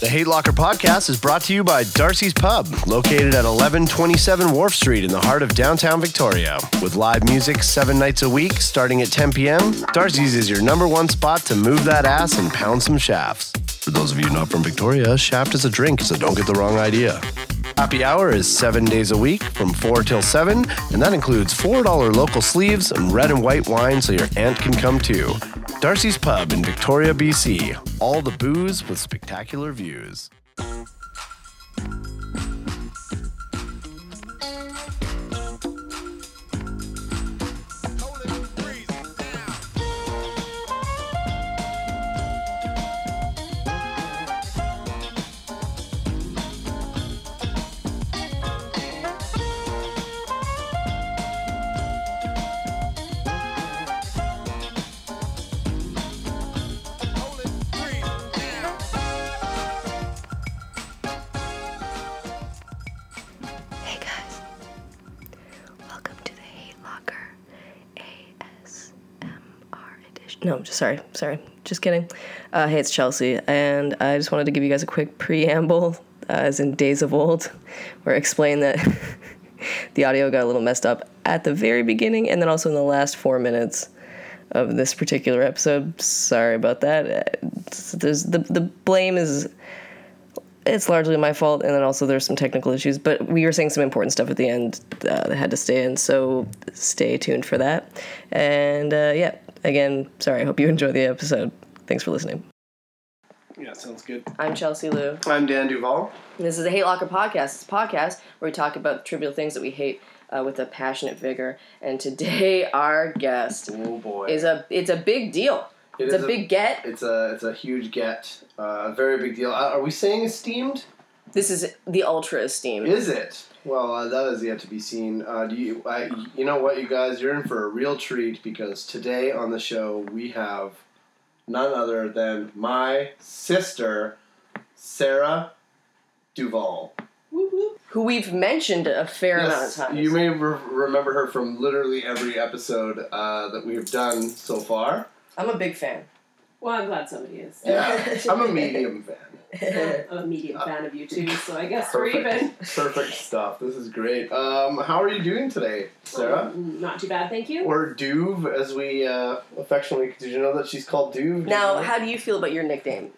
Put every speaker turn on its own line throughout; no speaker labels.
The Hate Locker podcast is brought to you by Darcy's Pub, located at 1127 Wharf Street in the heart of downtown Victoria. With live music seven nights a week, starting at 10 p.m., Darcy's is your number one spot to move that ass and pound some shafts. For those of you not from Victoria, shaft is a drink, so don't get the wrong idea. Happy hour is seven days a week from 4 till 7, and that includes $4 local sleeves and red and white wine so your aunt can come too. Darcy's Pub in Victoria, BC. All the booze with spectacular views.
Hey guys, welcome to the Hate Locker ASMR edition. No, I'm just sorry, sorry, just kidding. Uh, hey, it's Chelsea, and I just wanted to give you guys a quick preamble, uh, as in Days of Old, where I explain that the audio got a little messed up at the very beginning, and then also in the last four minutes of this particular episode. Sorry about that. Uh, it's- There's the the blame is it's largely my fault, and then also there's some technical issues. But we were saying some important stuff at the end uh, that had to stay in, so stay tuned for that. And uh, yeah, again, sorry. I hope you enjoy the episode. Thanks for listening.
Yeah, sounds good.
I'm Chelsea Lou.
I'm Dan Duval.
This is the Hate Locker podcast. It's a podcast where we talk about trivial things that we hate uh, with a passionate vigor. And today, our guest
Oh boy.
is a it's a big deal.
It
it's
is
a
a-
big get.
it's a it's a huge get, a very big deal. Uh, are we saying esteemed?
This is the ultra esteem.
Is it? Well, uh, that is yet to be seen. Uh, do you? I, you know what, you guys, you're in for a real treat because today on the show we have none other than my sister, Sarah Duval.
Who we've mentioned a fair
Yes,
amount of times.
you may re- remember her from literally every episode uh, that we have done so far.
I'm a big fan.
Well, I'm glad somebody is.
Yeah, I'm a medium fan.
I'm a medium fan of you too, so I guess we're
Perfect.
even.
Perfect stuff. This is great. Um, how are you doing today, Sarah?
Um, Not too bad, thank you.
Or Duve, as we uh, affectionately. Did you know that she's called Duve?
Now, how do you feel about your nickname?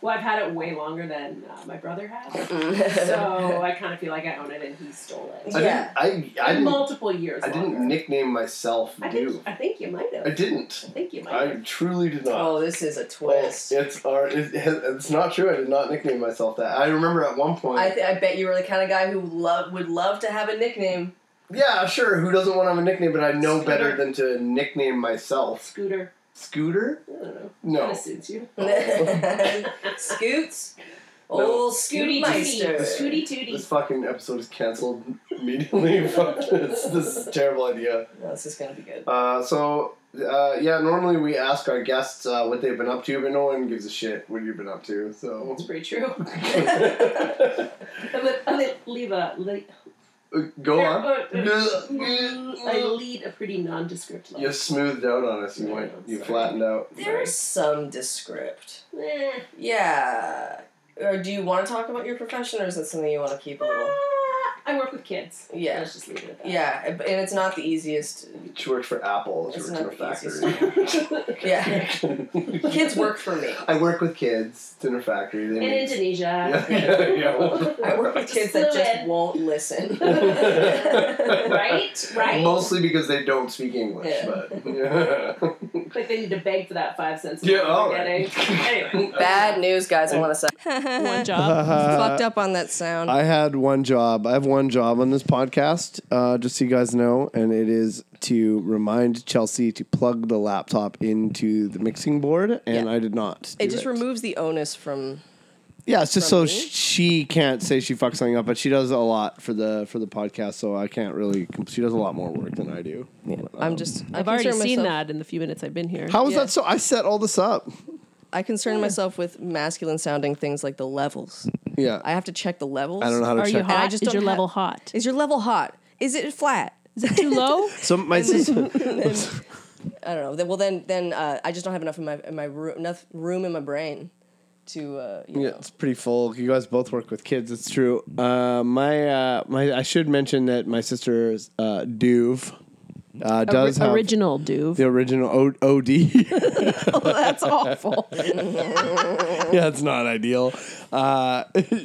Well, I've had it way longer than uh, my brother had, so I kind of feel like I own it and he stole it.
I
yeah.
didn't, I, I didn't,
Multiple years.
I
longer.
didn't nickname myself
I
Duve.
think, I think you might have.
I didn't.
I think you might
I
have.
truly did not.
oh, this is a
Well,
twist.
it's our, it, it's not true. I did not nickname myself that. I remember at one point.
I, th- I bet you were the kind of guy who love would love to have a nickname.
yeah, sure. Who doesn't want to have a nickname? But I know
Scooter.
better than to nickname myself
Scooter.
Scooter.
I don't know. Kind
No.
of suits you.
Scoots,
No.
old Scooty
Scooty Tootie.
Meister.
Scooty
This
Tootie.
fucking episode is canceled immediately. Fuck this. This is a terrible idea.
No, this is gonna be good.
Uh, so uh, yeah, normally we ask our guests uh, what they've been up to, but no one gives a shit what you've been up to. So
That's pretty true. I'm a, I'm a, leave a, le-
go on.
I lead a pretty nondescript life.
You smoothed out on us. You went. You flattened out.
There's some descript.
Eh.
Yeah. Or do you want to talk about your profession, or is that something you want to keep a little?
Ah, I work with kids.
Yeah.
Let's just leave it at that.
Yeah, and and it's not the easiest.
She worked for Apple. She
It's
worked in a
not the easiest.
factory.
Yeah, kids work for me.
I work with kids. It's in a factory. They
In
make-
Indonesia.
Yeah, yeah, yeah.
I work with kids that just
Fluid.
won't listen.
Right? Right?
Mostly because they don't speak English,
Yeah.
but yeah.
Like they need to beg for that five cents.
Yeah,
that they're
all right.
getting. Anyway.
Bad news, guys. I want to say.
One
Uh,
job.
Fucked up on that sound.
I had one job. I have one job on this podcast, uh, just so you guys know, and it is to remind Chelsea to plug the laptop into the mixing board, and
Yeah.
I did not.
it
do
just removes the onus from.
Yeah, it's just so
from me.
sh- she can't say she fucks something up, but she does a lot for the for the podcast, so I can't really. com- She does a lot more work than I do.
I'm just.
Um,
I
I've already
concern
seen
myself-
that in the few minutes I've been here.
How is
Yeah.
that so? I set all this up.
I concern myself with masculine sounding things like the levels.
Yeah,
I have to check the levels.
I don't know how to
Are
check.
you hot?
just
Is
don't
your
have-
level hot?
Is your level hot? Is it flat?
Is it too low?
So my sister,
I don't know. Then- Well, then, then uh, I just don't have enough in my in my room, enough room in my brain to uh, you
Yeah,
know.
it's pretty full. You guys both work with kids. It's true. Uh, my uh, my, I should mention that my sister's uh, Duve uh, does have
original Duve.
the original o- OD. yeah,
Oh, that's awful.
it's not ideal. Uh,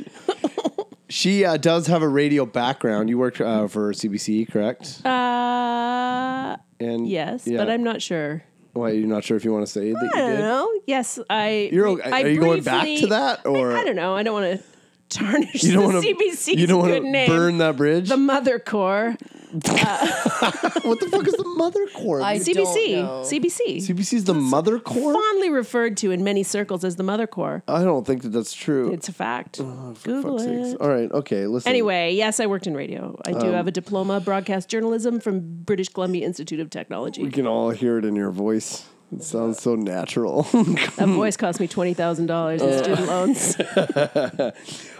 she uh, does have a radio background. You work uh, for CBC, correct?
Uh,
And
yes,
yeah.
but I'm not sure.
Why you're not sure if you want to say that
I
you
don't
did?
know. Yes, I.
You're
I
okay. Are you going back
briefly-
to that,
I-
or-
I, don't know. I don't want to tarnish
You don't
the
want
CBC's
to. You don't want
good
to
name.
burn that bridge.
the Mother Corps,
what the fuck is the mother core?
I-
CBC
don't
CBC,
know.
CBC,
CBC's the mother core.
fondly referred to in many circles as the Mother Corps.
I don't think that that's true.
It's a fact. Google
Oh, Fuck's sakes. Oh, Um,
it.
All right. Okay. Listen.
Anyway, yes, I worked in radio. I do have a diploma broadcast journalism from British Columbia Institute of Technology.
we can all hear it in your voice. It sounds so natural. all
That voice cost me twenty thousand dollars in student loans.
Uh,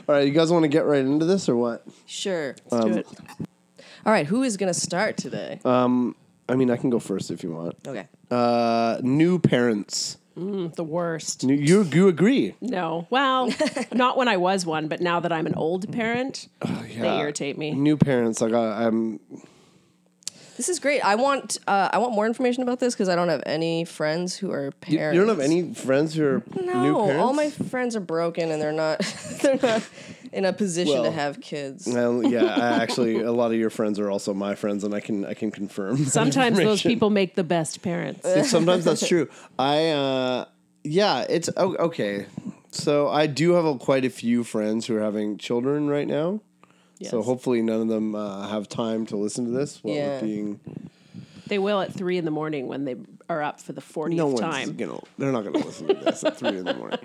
right. You guys want to get right into this or what?
Sure.
Uh,
Let's do it.
um,
All right, who is gonna start today?
I mean, I can go first if you want.
okay.
Uh, new parents.
Mm, The worst.
New, you you agree?
No. Well, not when I was one, but now that I'm an old parent, they
Oh, yeah.
irritate me.
New parents. Like I, I'm.
This is great. I want uh, I want more information about this because I don't have any friends who are
You,
parents.
you don't have any friends who are
No,
new parents.
all my friends are broken and they're not they're not in a position to
Well,
have kids.
Well, yeah, I actually, a lot of your friends are also my friends, and I can I can confirm. that
Sometimes those
information.
people make the best parents.
Sometimes that's true. I uh, yeah, it's oh, okay. So I do have a, quite a few friends who are having children right now. So
Yes.
hopefully none of them uh, have time to listen to this while
Yeah.
yeah. being
They will at three in the morning when they are up for the 40th
no one's
time.
gonna they're not gonna listen to this at three in the morning.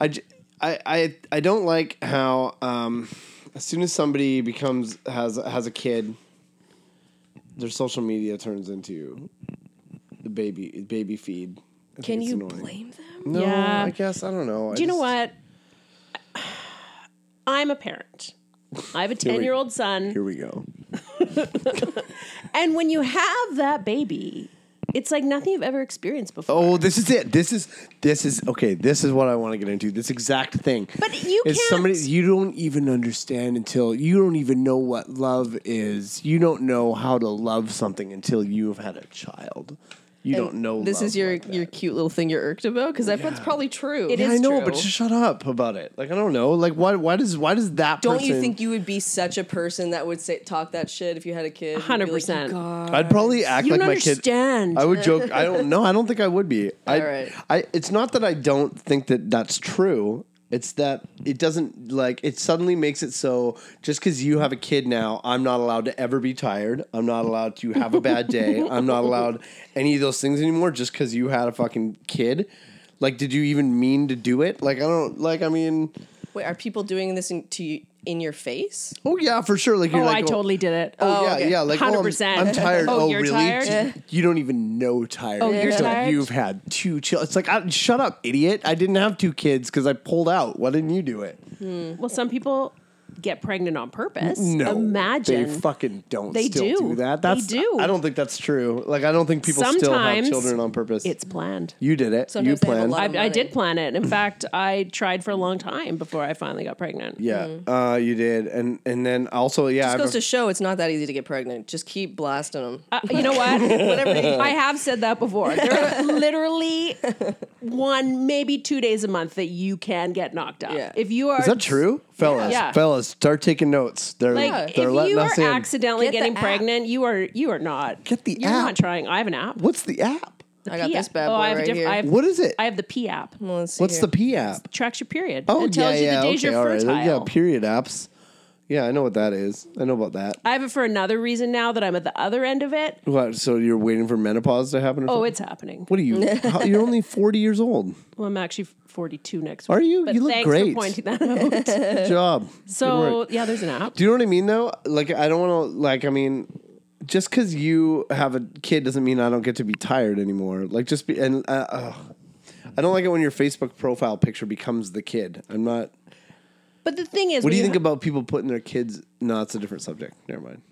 I, j- I, I, I don't like how um, as soon as somebody becomes has has a kid, their social media turns into the baby baby feed. I think
Can
it's
you
annoying.
blame them?
No,
Yeah.
I guess I don't know. I
Do you know
just-
what? I'm a parent. I have a 10 year old son.
Here we go.
And when you have that baby, it's like nothing you've ever experienced before.
Oh, this is it. This is this is okay. This is what I want to get into. This exact thing.
But you
It's
can't-
somebody you don't even understand until you don't even know what love is. You don't know how to love something until you've had a child. You don't know.
This
love
is your
like that.
your cute little thing you're irked about because that's probably true. It is.
Yeah,
I know, but
true.
just shut up about it. Like I don't know. Like why? Why does? Why does that?
Don't you
person-
think you would be such a person that would say talk that shit if you had a kid? You'd be like,
100%.
"You God."
I'd probably act
You
like
don't
my
understand.
kid. I would joke. I don't know. I don't think I would be. I,
All right.
I. It's not that I don't think that that's true. It's that it doesn't like it suddenly makes it so just because you have a kid now, I'm not allowed to ever be tired. I'm not allowed to have a bad day. I'm not allowed any of those things anymore just because you had a fucking kid. Like, did you even mean to do it? Like, I don't. Like, I mean,
Wait, are people doing this in, to you in your face?
oh yeah, for sure. Like, you're
Oh,
like,
I
oh,
totally did it.
Oh, yeah,
okay.
yeah. Like, oh, I'm-
100%.
I'm, tired.
Oh,
Oh,
you're
really?
tired?
You- You don't even know tired. Oh,
you're tired?
You've had two children. It's like, I, shut up, idiot! I didn't have two kids because I pulled out. Why didn't you do it?
Oh, Well, some people get pregnant on purpose.
No,
Imagine.
they fucking don't.
They
still
do.
do. that.
They
That's
do.
I don't think that's true. Like, I don't think people still have
Sometimes
children on purpose.
it's planned.
you did it.
Sometimes
you
they have a
planned.
lot
I,
of
I
money.
did plan it. In fact, I tried for a long time before I finally got pregnant.
yeah,
Mm.
uh, you did. And and then also, yeah,
This
I've-
goes to show it's not that easy to get pregnant. Just keep blasting them.
Uh, you know what? I have said that before. There are literally one, maybe two days a month that you can get knocked up.
Yeah.
If you are
is that true, fellas?
Yeah.
Fellas, start taking notes. They're
Like
they're
if
letting
you
us
are
in.
accidentally
Get the
getting
app.
pregnant, you are you are not.
Get the
You're
app.
not trying. I have an app.
What's the app?
I got
P-
this bad
oh,
boy
I have a
right
diff-
here. Hmm.
I have,
What is it?
I have the P app.
Well, let's see
What's
here.
the P app?
Tracks your period.
Oh,
it
yeah,
tells you the
yeah,
days
okay,
you're
all right.
fertile.
Yeah, period apps. Yeah, I know what that is. I know about that.
I have it for another reason now that I'm at the other end of it.
What? So you're waiting for menopause to happen? Or
Oh,
something?
it's happening.
What are you? how, you're only 40 years old.
Well, I'm actually 42 next week.
Are you?
But
You look
thanks
great.
for pointing that out.
Good job. Good
so
work.
yeah, there's an app.
do you know what I mean though? Like, I don't want to. Like, I mean, just because you have a kid doesn't mean I don't get to be tired anymore. Like, just be and uh, ugh. I don't like it when your Facebook profile picture becomes the kid. I'm not.
But the thing is,
What
when
do you
ha-
think about people putting their kids? No, it's a different subject. Never mind.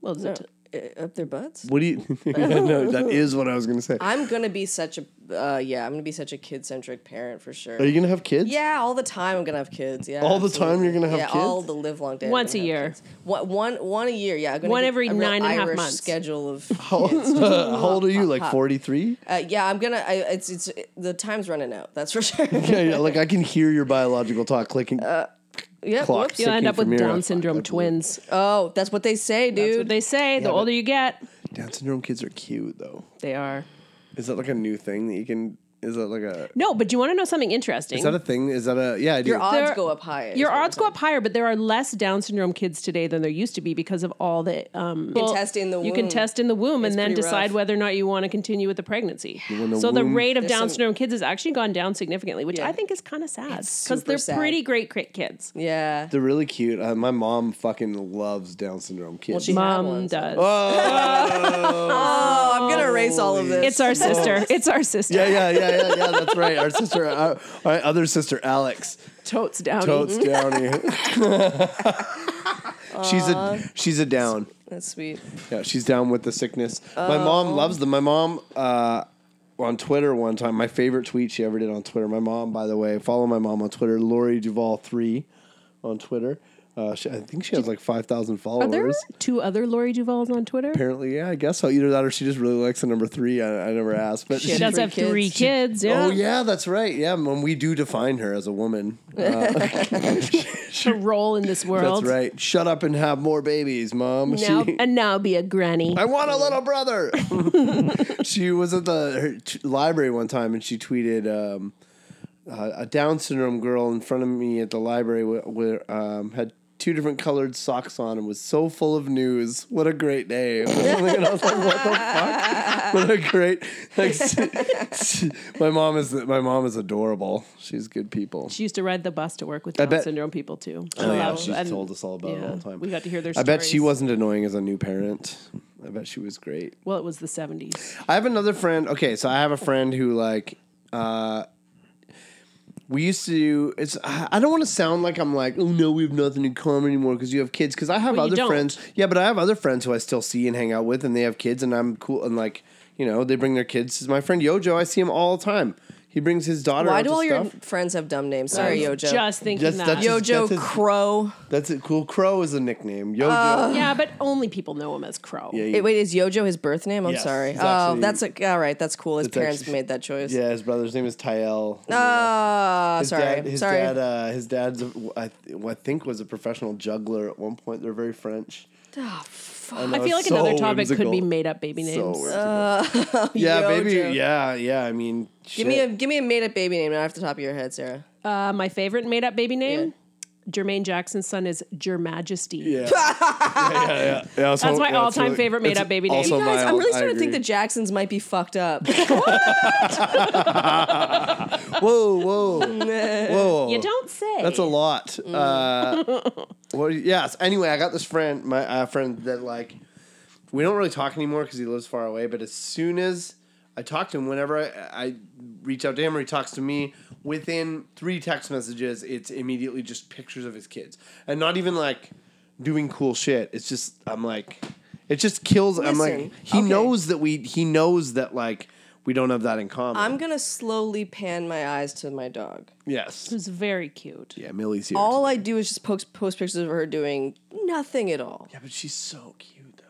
Well, it's a t-
uh, up their butts.
What do you? no, that is what I was gonna say.
I'm gonna be such a uh, yeah. I'm gonna be such a kid centric parent for sure.
Are you gonna have kids?
yeah, all the time I'm gonna have kids. Yeah,
All the time you're gonna have
yeah,
kids?
all the live long day. I'm
Once
gonna
a
have
year.
kids. One, one, one a year. Yeah, I'm gonna
One
get
every
a real
nine and a half
Irish
months.
Schedule of
How, how old are you? Like forty three?
uh, yeah. I'm gonna. I, it's it's the time's running out. That's for sure.
Yeah, yeah. Like I can hear your biological talk clicking.
Uh, yep.
Clock.
whoops.
You'll
Sicking
end up
from
with
your-
Down syndrome
I believe.
twins.
Oh, that's what they say, dude.
That's what they say. The
but-
older you get,
Down syndrome kids are cute though.
they are.
Is that like a new thing that you can? Is that like a?
No, but you want to know something interesting?
Is that a thing? Is that a? Yeah, I do.
Your odds
There-
go up higher. is
Your
what I'm
odds go up higher, but there are less Down syndrome kids today than there used to be because of all the. Um, you
can test in the
You can
womb.
test in the womb
It's
and then
pretty rough.
decide whether or not you want to continue with the pregnancy.
the
so the
womb-
rate of
There's
Down
some-
syndrome kids has actually gone down significantly, which
Yeah.
I think is kind of sad because
super
they're
sad.
pretty great cri- kids.
saying. Yeah.
They're really cute. Uh, my mom fucking loves Down syndrome kids. Oh.
Well, she had
Mom
one, so-
does.
Oh, I'm gonna erase all of this.
It's our sister. It's our sister.
Oh. yeah, yeah, yeah, yeah, yeah. That's right. Our sister, our, our other sister, Alex
Totes down.
Totes Downey. she's a she's a down.
That's sweet.
Yeah, she's down with the sickness. My
Oh.
mom loves them. My mom uh, on Twitter one time, my favorite tweet she ever did on Twitter. My mom, by the way, follow my mom on Twitter, Lori Duval three on Twitter. Uh, she, I think she has like five thousand
Are
followers.
there two other Lori Duvals on Twitter?
Apparently, yeah, I guess so. Either that or she just really likes the number three. I, I never asked, but
She
She
had
does
three
have three
kids.
kids. Yeah.
Oh yeah, that's right. Yeah, when we do define her as a woman,
Her role in this
that's
world.
right. Shut up and have more babies, mom.
Now,
She,
and now be a granny.
I want a little brother. she was at the her t- library one time and she tweeted um, uh, a Down syndrome girl in front of me at the library where, where um, had two different colored socks on and was so full of news. What a great day! and I was like, what the fuck? What a great like. my mom is my mom is adorable. She's good people.
She used to ride the bus to work with Down
bet-
syndrome people too.
Oh, yeah,
Um,
she's
and-
told us all about it all the
yeah,
time.
we got to hear their
I bet she
stories.
wasn't annoying as a new parent. I bet she was great.
Well, it was the seventies.
I have another friend. Okay, so I have a friend who like uh we used to it's I I don't want to sound like I'm like, "Oh no, we have nothing in common anymore because you have kids." Cuz I have
Well, you
other
don't.
friends. Yeah, but I have other friends who I still see and hang out with and they have kids and I'm cool and like, you know, they bring their kids. My friend Yojo, I see him all the time. He brings his daughter
Why
out
do
to
all your
stuff.
friends have dumb names? Sorry, Yojo.
Just thinking
That's-
that.
that's just-
Yojo
That's his-
Crow.
That's it. Cool Crow is a nickname. Yojo.
yeah, but only people know him as Crow.
Yeah,
Uh, It- wait, is Yojo his birth name? I'm
Yes,
sorry.
it's
oh,
actually-
that's a, all right. That's cool. His
It's
parents
actually-
made that choice.
Yeah, his brother's name is Tyel.
Ah,
His
sorry.
dad- his
sorry.
dad, uh, his dad's, uh, I, th- I think, was a professional juggler at one point. They're very French.
Oh,
know,
I feel like
it's
another
so
topic could be
whimsical.
made up baby
So
names.
whimsical. yeah,
Yojo.
baby. Yeah, yeah. I mean,
Oh, Give me a give me a made up baby name, not off the top of your head, Sarah.
Uh, my favorite made up baby name, Jermaine Jackson's son is Jer Majesty.
Yeah. yeah, yeah, yeah. Yeah, so-
That's my
yeah,
all-time
really-
favorite
it's
made-up baby name.
also
You
Guys,
my
I'm
all-
really
I
starting to think the
agree.
Jacksons might be fucked up.
Whoa, whoa, whoa.
You don't say.
That's a lot.
Mm.
Uh, well, yes. Anyway, I got this friend, my uh, friend that like we don't really talk anymore because he lives far away. But as soon as I talk to him, whenever I, I reach out to him or he talks to me, within three text messages, it's immediately just pictures of his kids, and not even like doing cool shit. It's just I'm like, it just kills. I'm like,
Listen,
he
okay.
knows that we, he knows that like we don't have that in common.
I'm gonna slowly pan my eyes to my dog.
yes.
Who's very cute.
Yeah, Millie's here.
All I do is just post post pictures of her doing nothing at all.
yeah, but she's so cute though.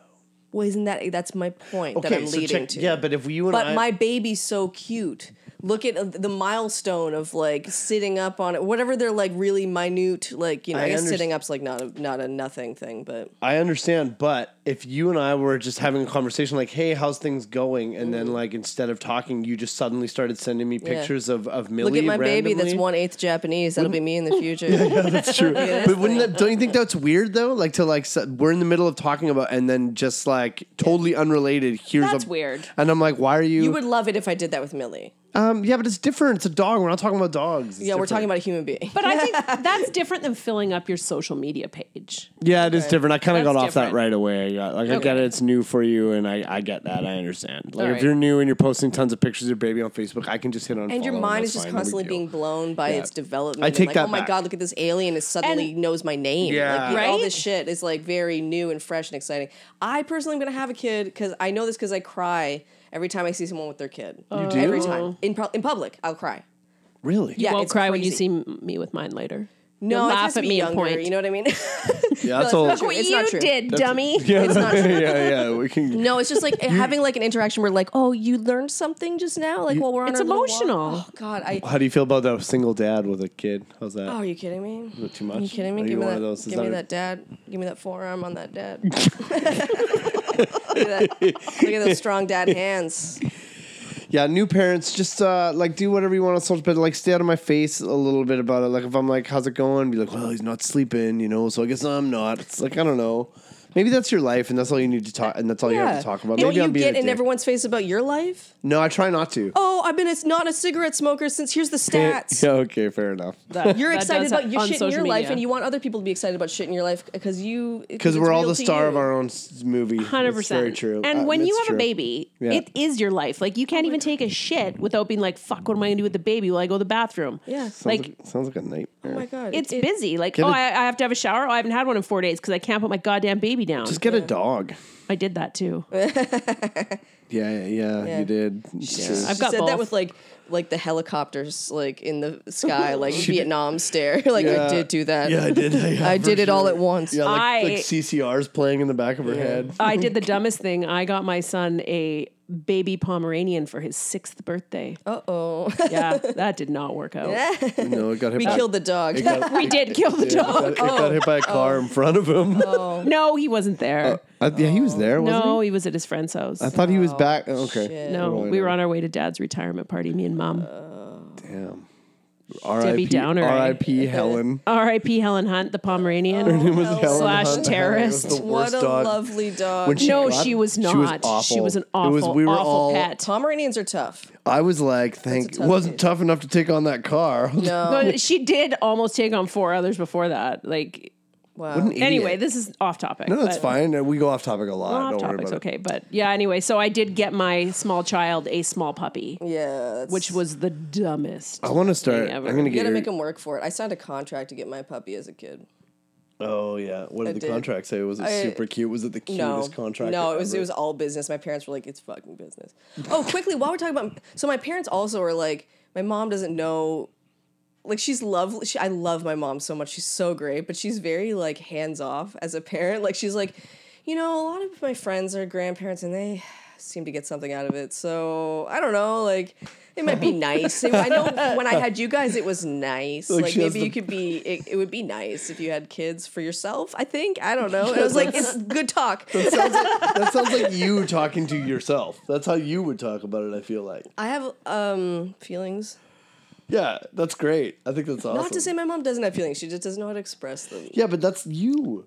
Well, isn't that that's my point that I'm leading
check-
to?
Yeah, but if you and
but
I,
my baby's so cute. Look at uh, the milestone of like sitting up on it, whatever they're like really minute, like you know. I,
I
guess
underst-
sitting up's like not a not a nothing thing, but
I understand. But if you and I were just having a conversation, like, "Hey, how's things going?" and
Mm-hmm.
then like instead of talking, you just suddenly started sending me pictures of of Millie.
look at my baby that's
randomly.
one eighth Japanese. That'll be me in the future.
That's true. but wouldn't that, don't you think that's weird though? Like to like s- we're in the middle of talking about and then just like totally unrelated. Here's
That's
a,
weird.
And I'm like, why are you?
You would love it if I did that with Millie.
Um, yeah, but it's different. It's a dog. We're not talking about dogs. It's
Yeah, we're talking
different.
about a human being.
But I think that's different than filling up your social media page.
Yeah, it is different. I kind of
That's
got off that
different.
right away. I got- Like I get it, it's new for you, and I, I get that. I understand. Like if
Alright.
you're new and you're posting tons of pictures of your baby on Facebook, I can just hit on
And your mind is just constantly being blown by its development.
I
and
take
like,
that
oh my
back.
god, look at this alien is suddenly knows my name.
Yeah.
Like all
Right?
this shit is like very new and fresh and exciting. I personally am gonna have a kid because I know this because I cry every time I see someone with their kid. You
do?
every time in pu- in public, I'll cry.
really.
Yeah,
Won't
it's
cry when you
crazy.
see m- me with mine later.
No,
You'll
it
laugh
has to
at
be
me and
younger.
point.
You know what I mean?
yeah that's all.
not true. It's not true.
dummy.
Yeah, yeah, yeah. We can.
no, it's just like having like an interaction where like, oh, you learned something just now. Like while we're on
It's
our little walk.
emotional.
Oh God, I.
How do you feel about that single dad with a kid? How's that?
Oh, are you kidding me?
Is it too much?
you kidding me?
Are
Give
you
me
one
that.
of those? Is
Give me
a-
that dad. Give me that forearm on that dad. look, at that. look at those strong dad hands.
Yeah, new parents just uh, like do whatever you want on social, but like stay out of my face a little bit about it. Like if I'm like, "How's it going?" Be like, "Well, he's not sleeping, you know, so I guess I'm not." It's like I don't know. Maybe that's your life, and that's all you need to talk, and that's all you have to talk about.
You know
Maybe
what
I'm
you
being
get
a
in
dick.
everyone's face about your life?
No, I try not to.
Oh, I've been a, not a cigarette smoker since. Here's the stats.
Yeah, okay, fair enough.
You're excited about your shit in your life, and you want other people to be excited about shit in your life because you
Because
it's
we're all
real
the
to
star
you.
of our own s- movie.
Hundred
It's
percent.
Very true.
And
Uh,
when you
it's
have
true.
a baby,
Yeah.
it is your life. Like you can't even take a shit without being like, "Fuck, what am I going to do with the baby?" Will I go to the bathroom?
Yeah.
sounds
Like
like, sounds like a nightmare.
Oh my god,
it's
it-
busy. Like,
Get
oh,
a-
I I have to have a shower. Oh, I haven't had one in four days because I can't put my goddamn baby down.
Just get a dog.
I did that too.
Yeah, yeah,
Yeah.
you did. It's true.
I've
She
got
said that
both.
with like like the helicopters like in the sky like Vietnam stare like
Yeah.
I did do that
Yeah, I did. Yeah,
I
for
did it all
sure.
at once
Yeah, like,
I-
like CCR's playing in the back of her head.
I did the dumbest thing. I got my son a baby Pomeranian for his sixth birthday.
uh oh
Yeah, that did not work out.
No, it got hit.
we
by,
killed Oh. the dog
It got,
We did kill the
it
dog.
got- it got hit by a car in front of him.
Oh.
No, he wasn't there.
Uh, yeah, he was there, wasn't
no,
he?
he? was at his friend's house.
I thought he was back. oh, Okay.
shit.
no, we were on our way to dad's retirement party, me and mom.
Uh.
Damn.
Debbie
R.I.P.
Downer, eh?
R.I.P. Helen.
R.I.P. Helen Hunt, the Pomeranian.
It was Helen
Slash
Hunt.
terrorist.
It was the
what
worst
a
dog.
lovely dog
When she-
no,
God.
she was
She was
not. She was,
awful.
an
It
awful,
was- we were
awful
all-
pet.
Pomeranians are tough
I was like, thank.
tough
wasn't
dude.
tough enough to take on that car.
no
No, she did almost take on four others before that. Like,
wow
What an idiot.
anyway, this is off topic.
No, that's
but-
fine. Uh, We go off topic a lot.
Off
Don't worry
topic's
about
okay, but yeah. Anyway, so I did get my small child a small puppy,
yeah that's,
which was the dumbest.
it. I want to start.
Thing
I'm
ever.
gonna
you
get.
gotta
Your,
make him work for it I signed a contract to get my puppy as a kid
oh yeah. What did the
did.
contract say? Was it super cute? Was it the
no
cutest contract?
no it was it
ever?
was all business my parents were like it's fucking business oh quickly while we're talking about so my parents also are like my mom doesn't know like she's lovely. She, I love my mom so much. She's so great, but she's very like hands off as a parent. Like she's like, you know, a lot of my friends are grandparents and they seem to get something out of it. So I don't know, like. It might be nice. I know when I had you guys, it was nice. Like,
she has
maybe
the-
you could be. It, it would be nice if you had kids for yourself. I think I don't know. It was like it's good talk.
Sounds like- that sounds like you talking to yourself. That's how you would talk about it. I feel like.
I have um feelings.
Yeah, that's great. I think that's awesome.
Not to say my mom doesn't have feelings. She just doesn't know how to express them.
yeah, but that's you.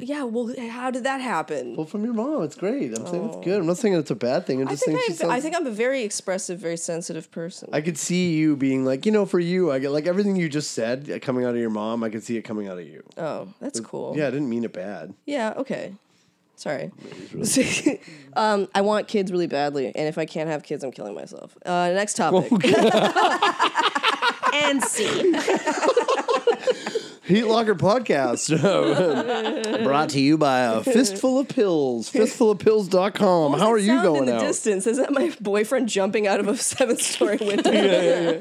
Yeah. Well, how did that happen?
Well, from your mom, it's great. I'm saying it's good. I'm not saying it's a bad thing. I'm
I
just
think,
saying she
I'm,
sounds.
I think I'm a very expressive, very sensitive person.
I could see you being like, you know, for you, I get like everything you just said uh, coming out of your mom. I could see it coming out of you.
oh, that's cool.
Yeah, I didn't mean it bad.
Yeah, okay. Sorry. um, I want kids really badly, and if I can't have kids, I'm killing myself. Uh, next topic.
and see,
Heat Locker Podcast brought to you by a fistful of pills, fistfulofpills.com. How are you
Sound in
going
the
out?
distance? Is that my boyfriend jumping out of a seventh-story window?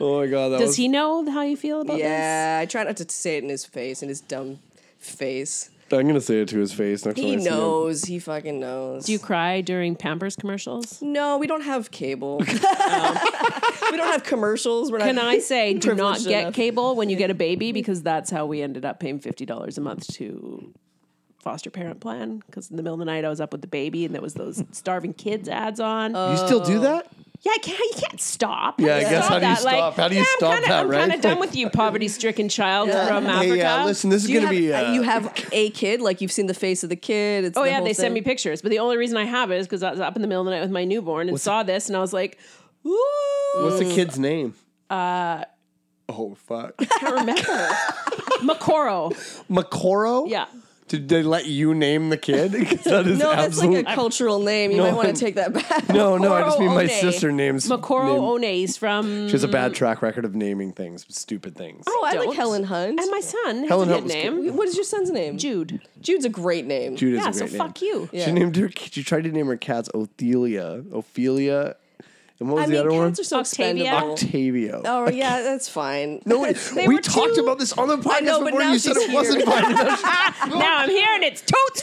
Oh my god, that
does
was
he know how you feel about
yeah, I try not to say it in his face, in his dumb face.
I'm going to say it to his face next
He
time I see him.
knows. He fucking knows.
this? Do you cry during Pampers commercials?
no, we don't have cable. we don't have commercials. We're not.
Can I say, do not
Privileged
get
enough.
cable when you get a baby because that's how we ended up paying fifty dollars a month to foster parent
Oh.
plan. Because in the middle of the night, I was up with the baby and there was those starving kids ads on.
You still do that?
yeah, I can't, you can't stop.
Yeah, I
Stop
guess, how do you
that. Like,
stop? How do you
yeah, I'm
stop
kinda-
that,
I'm
right?
kind of done with you, poverty-stricken child from Africa.
Hey, uh, listen, this is
Do you
going to be.
have-
Uh,
you have a kid, like you've seen the face of the kid. It's
Oh
the
yeah,
whole
they sent
thing.
me pictures, but the only reason I have it is because I was up in the middle of the night with my newborn and saw this, and I was like, "Ooh,
what's the kid's name? Uh, oh fuck,
I can't remember." Makoro,
Makoro.
yeah.
Did they let you name the kid? 'Cause that is
No, that's
absolute.
like a cultural name. You
No,
might want
I'm-
to take that back.
no, no, I just mean my
Makoro One.
sister names. name-
Makoro One is from.
She has a bad track record of naming things, stupid things.
Oh, I
don't.
like Helen Hunt.
And my son has
Helen
a
Hunt
good
was
name,
what is your son's name?
Jude.
Jude's a great name.
Jude is
Yeah,
a
so
great name.
fuck you.
She
Yeah.
named her. She tried to name her cats Othelia, Ophelia, and what was
I
the
mean,
other one?
cats are so
Octavia.
expendable.
Octavio.
Oh yeah, that's fine.
No, wait,
They
we
were
talked
two-
about this on the podcast
know, but
before.
now
and You said
she's
it wasn't fine.
Now I'm here, and it's totes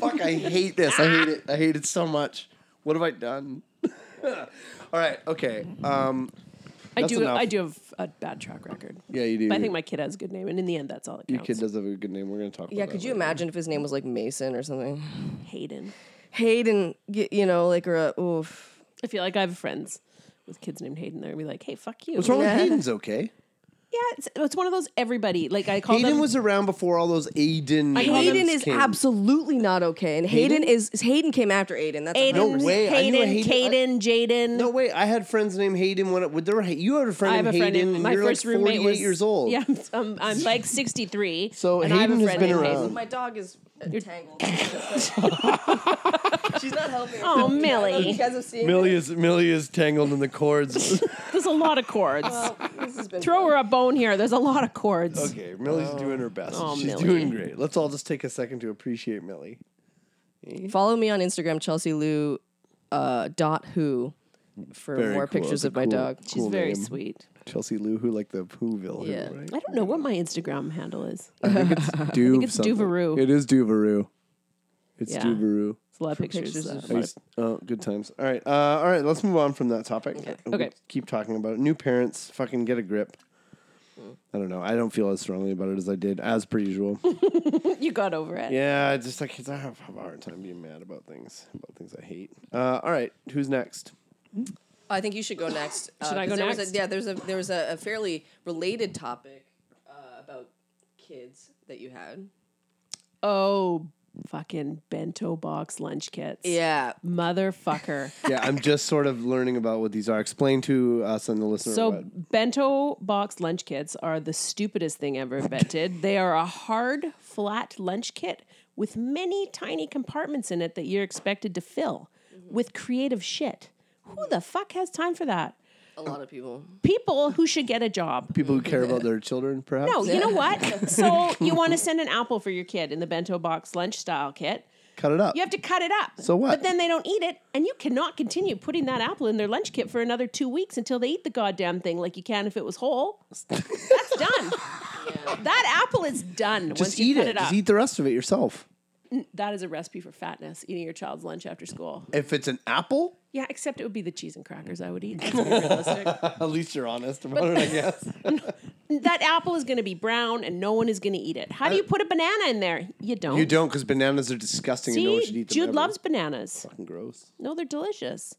Fuck! I hate this. I hate it. I hate it so much. What have I done? All right. Okay. Um.
I
That's
do.
enough.
I do have a bad track record.
Yeah, you do.
But I think my kid has a good name, and in the end, that's all that
your
counts.
kid does have a good name. We're gonna talk.
Yeah,
about
could
that
you
later.
imagine if his name was like Mason or something?
Hayden.
Hayden, y- you know, like or a, oof.
I feel like I have friends with kids named Hayden. They're gonna be like, "Hey, fuck you."
What's wrong
Yeah.
with Hayden's okay?
Yeah, it's, it's one of those everybody. Like I call
Hayden
them.
was around before all those Aiden.
I call them
Hayden is
came.
absolutely not okay, and Hayden, is Hayden came after Aiden. That's
Aiden,
Aiden.
No way. I knew a
Hayden,
Hayden-
Caden, Jaden.
No way! I had friends named Hayden when it, when there were, you had a friend
I have a
named
friend.
Hayden.
in, my
you're
first
like
roommate was
years old.
Yeah, I'm, I'm like 63.
So
and I have a
Hayden has
friend
been
named
around.
Hayden.
My dog is uh, entangled. She's not helping.
Oh,
You
Millie,
guys have seen.
Millie is Millie is tangled in the cords.
there's a lot of chords.
Oh, This has been
Throw her a bone here. There's a lot of chords.
okay, Millie's doing her best.
Oh,
She's
Millie.
doing great. Let's all just take a second to appreciate Millie.
Follow me on Instagram, Chelsea Lou uh, dot who for
Very
more
cool.
pictures
That's a
of my
cool-
dog.
She's
cool
very
name.
sweet.
Chelsea Lou, who like the Whoville, who,
Yeah.
right?
I don't know what my Instagram handle is.
I think it's Duve.
it's
something.
Duvaroo.
It is Duvaroo. It's
Yeah.
Duvaroo.
It's a lot of pictures.
pictures
of-
of-
I used- Oh, good times. All right, uh, all right. Let's move on from that topic. We'll
Okay.
Keep talking about it. New parents, fucking get a grip. I don't know. I don't feel as strongly about it as I did, as per usual.
you got over it.
yeah, it's just like 'cause I have, have a hard time being mad about things, about things I hate. Uh, all right, who's next?
I think you should go next. Uh,
Should I
'cause
go
there was a-
next?
yeah, there's a there was a, a fairly related topic uh, about kids that you had.
Oh, fucking bento box lunch kits.
Yeah,
Motherfucker.
Yeah, I'm just sort of learning about what these are. Explain to us and the listener.
So
what-
bento box lunch kits are the stupidest thing ever invented. they are a hard, flat lunch kit with many tiny compartments in it that you're expected to fill
Mm-hmm.
with creative shit. Who the fuck has time for that?
a lot of people.
People who should get a job.
people who care about their children, perhaps.
No, you know what? so you want to send an apple for your kid in the bento box lunch style kit.
cut it up.
You have to cut it up.
So what?
But then they don't eat it, and you cannot continue putting that apple in their lunch kit for another two weeks until they eat the goddamn thing like you can if it was whole. That's done. That apple is done
just
once you
eat
cut
it.
it, up.
Just eat the rest of it yourself.
that is a recipe for fatness, eating your child's lunch after school.
If it's an apple,
Yeah, except it would be the cheese and crackers I would eat. Let's be realistic.
at least you're honest about it, I guess.
that apple is going to be brown, and no one is going to eat it. How do you put a banana in there? You don't.
You don't because bananas are disgusting and no one should
See,
eat them.
Jude
ever.
loves bananas.
Fucking gross.
No, they're delicious.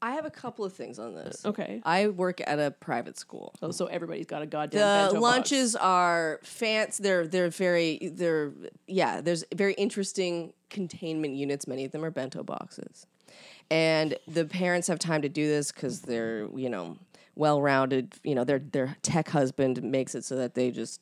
I have a couple of things on this.
Okay.
I work at a private school.
Oh, so everybody's got a goddamn
The
bento box.
lunches are fancy. They're they're very they're yeah. There's very interesting containment units. Many of them are bento boxes, and the parents have time to do this because they're you know well-rounded. You know their their tech husband makes it so that they just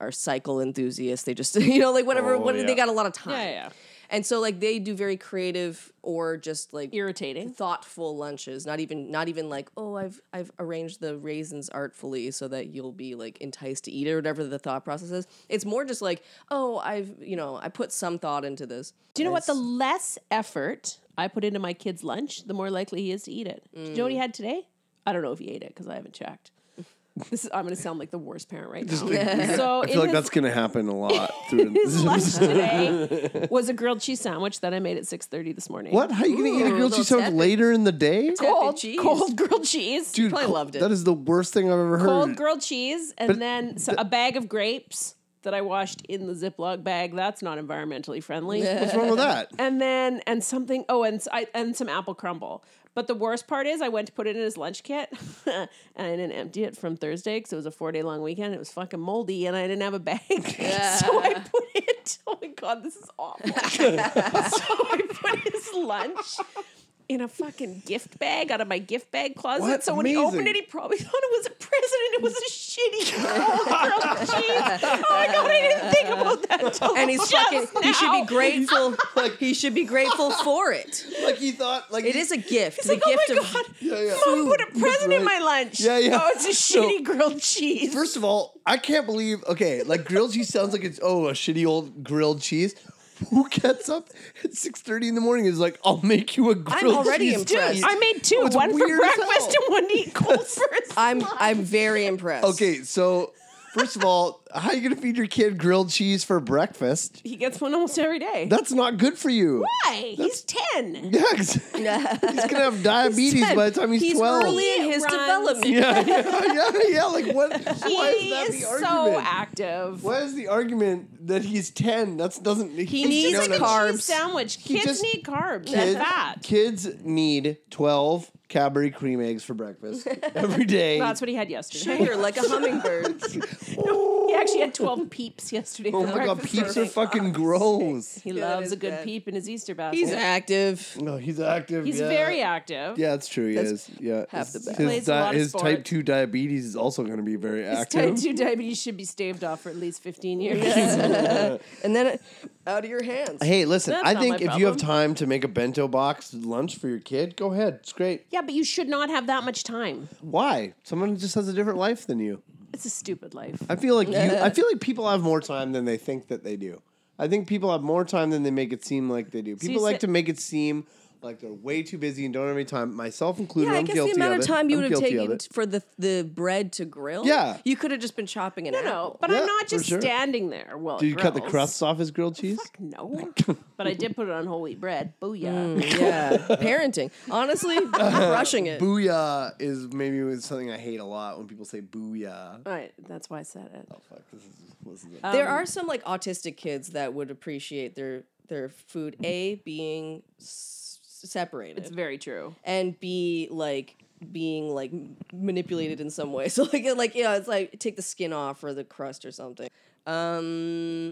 are cycle enthusiasts. They just you know like whatever. what
yeah.
they got a lot of time.
Oh, Yeah, yeah.
And so like they do very creative or just like
Irritating.
thoughtful lunches not even not even like oh i've i've arranged the raisins artfully so that you'll be like enticed to eat it or whatever the thought process is it's more just like oh i've you know i put some thought into this
Do you know what? The less effort I put into my kid's lunch, the more likely he is to eat it. Do you know what he had today? I don't know if he ate it because I haven't checked. This is, I'm going to sound like the worst parent right now. so
I
in
feel like
his,
that's going to happen a lot. Through
his lunch today was a grilled cheese sandwich that I made at 6:30 this morning.
what? How are you going to eat a
Ooh,
grilled
little
cheese sandwich
tepid.
later in the day?
Cold,
cheese.
cold grilled cheese.
Dude,
probably
cold-
loved it.
That is the worst thing I've ever heard.
cold grilled cheese, and then so a bag of grapes that I washed in the Ziploc bag. That's not environmentally friendly.
What's wrong with that?
and then and something oh and s- I, and some apple crumble But the worst part is, I went to put it in his lunch kit and I didn't empty it from Thursday because it was a four day long weekend. It was fucking moldy and I didn't have a bag. so I put it, oh my God, this is awful. so I put his lunch in a fucking gift bag out of my gift bag closet.
What?
So when he opened it,
Amazing.
he probably thought it was a present and it was a shitty cold grilled cheese. Oh my God, I didn't think about that. till
And he's
just
fucking. He should
now.
be grateful. he should be grateful for it.
Like he thought, like
It
he-
is a gift.
It's
the
like,
gift
oh my
of
god,
Yeah, yeah.
mom put a
That's
present in my
right.
lunch.
Yeah, yeah.
Oh, it's a
So-
shitty grilled cheese.
First of all, I can't believe. Okay, like grilled cheese sounds like it's oh a shitty old grilled cheese. Who gets up at six thirty in the morning and is like, I'll make you a grilled
already
cheese
impressed.
dish."
I made two,
Oh,
one
it's
for
weird as
breakfast
hell.
and one to eat cold first.
I'm I'm very impressed.
Okay, so first of all, how are you gonna feed your kid grilled cheese for breakfast?
he gets one almost every day.
That's not good for you.
Why? He's ten.
Yeah, 'cause he's gonna have diabetes by the time he's,
He's
twelve.
early in his
Runs.
development.
Yeah, yeah, yeah, yeah. Like what?
He
why is that the
is so
argument?
active.
why is the argument that he's ten? That doesn't.
He needs
just
a
like
no.
carbs.
cheese sandwich. Kids
just-
need carbs.
Kids,
That's that.
kids need 12 Cadbury cream eggs for breakfast every day.
That's what he had yesterday.
Sugar like a hummingbird.
He actually had twelve peeps yesterday.
oh
for
my god,
breakfast.
peeps are fucking gross.
He
that
loves
is
a good
bad.
peep in his Easter basket.
He's active.
No, he's active.
He's
yeah.
very active.
Yeah, that's true. He
That's
is. Yeah,
half the
His-
battle.
His,
Plays a
di-
lot of
his type
sports.
two diabetes is also going to be very
His
active.
type two diabetes should be staved off for at least fifteen years.
And then out of your hands.
Hey, listen.
That's
I
not
think
my
if you have
problem.
time to make a bento box lunch for your kid, go ahead. It's great.
Yeah, but you should not have that much time.
Why? Someone just has a different life than you.
It's a stupid life.
I feel like you, I feel like people have more time than they think that they do. I think people have more time than they make it seem like they do.
you
People like
sit-
to make it seem like they're way too busy and don't have any time. Myself included,
yeah, I
I'm
guess
guilty
the amount of,
it.
time you
I'm
would have
guilty of
taken
it.
t- for the the bread to grill.
Yeah.
you could have just been chopping it.
No, no, but
Yeah,
I'm not
for
just
sure.
standing there. Well,
Did you cut the crusts off his grilled cheese?
No, but I did put it on whole wheat bread.
Mm.
Booyah!
Yeah, parenting. Honestly, crushing it.
Booyah is maybe something I hate a lot when people say booyah.
Right, that's why I said it.
Fuck, this is, this is
there are some like autistic kids that would appreciate their their food. A being s- separated.
It's very true.
and be like being like m- manipulated in some way. So like it- like yeah, it's like take the skin off or the crust or something.
I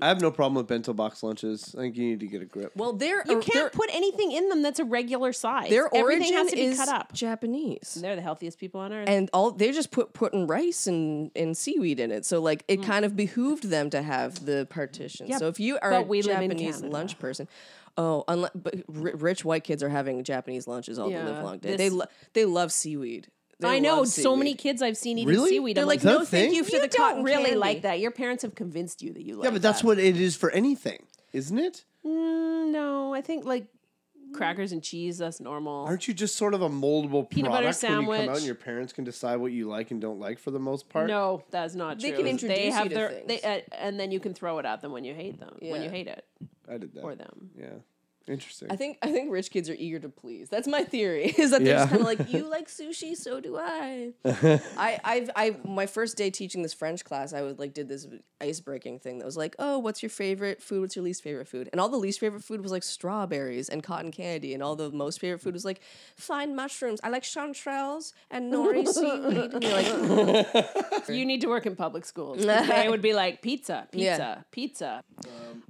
have no problem with bento box lunches. I think you need to get a grip.
Well, their
You
or-
can't
their,
put anything in them that's a regular size.
their
Everything
origin
has to be
is
cut up.
Japanese.
They're the healthiest people on earth.
And all they just put putting rice and, and seaweed in it, so like
Mm.
it kind of behooved them to have the partition.
Yeah,
so if you are
but
a
we live in
Japanese
Canada.
lunch person, oh, unless, but ri- rich white kids are having Japanese lunches all the
Yeah,
live long day.
this-
They lo- they love seaweed. They
I know
love
so many
seaweed.
kids I've seen eating
Really?
seaweed.
They're
I'm
like,
that a
no, thank
thing?
you for
you
the
don't
cotton
really
candy."
like that. Your parents have convinced you that you like.
yeah, but that's
that. Mm,
what it is for anything, isn't it?
No, I think like crackers and cheese. That's normal.
Aren't you just sort of a moldable
Peanut butter
product when you come out
sandwich.
and your parents can decide what you like and don't like for the most part?
No, that's not
They
true.
can introduce you to
their,
things.
They, uh, and then you can throw it at them when you hate them. When you
Yeah.
hate it
I did that.
or them.
Yeah. Interesting.
I think I think rich kids are eager to please. That's my theory. Is that they're just
Yeah.
kind of like you like sushi, so do I. I I've, I my first day teaching this French class, I was like did this ice breaking thing that was like, oh, what's your favorite food? What's your least favorite food? And all the least favorite food was like strawberries and cotton candy, and all the most favorite food was like fine mushrooms. I like chanterelles and nori seaweed. And you're like,
You need to work in public schools. 'cause They would be like pizza,
Yeah.
pizza, pizza.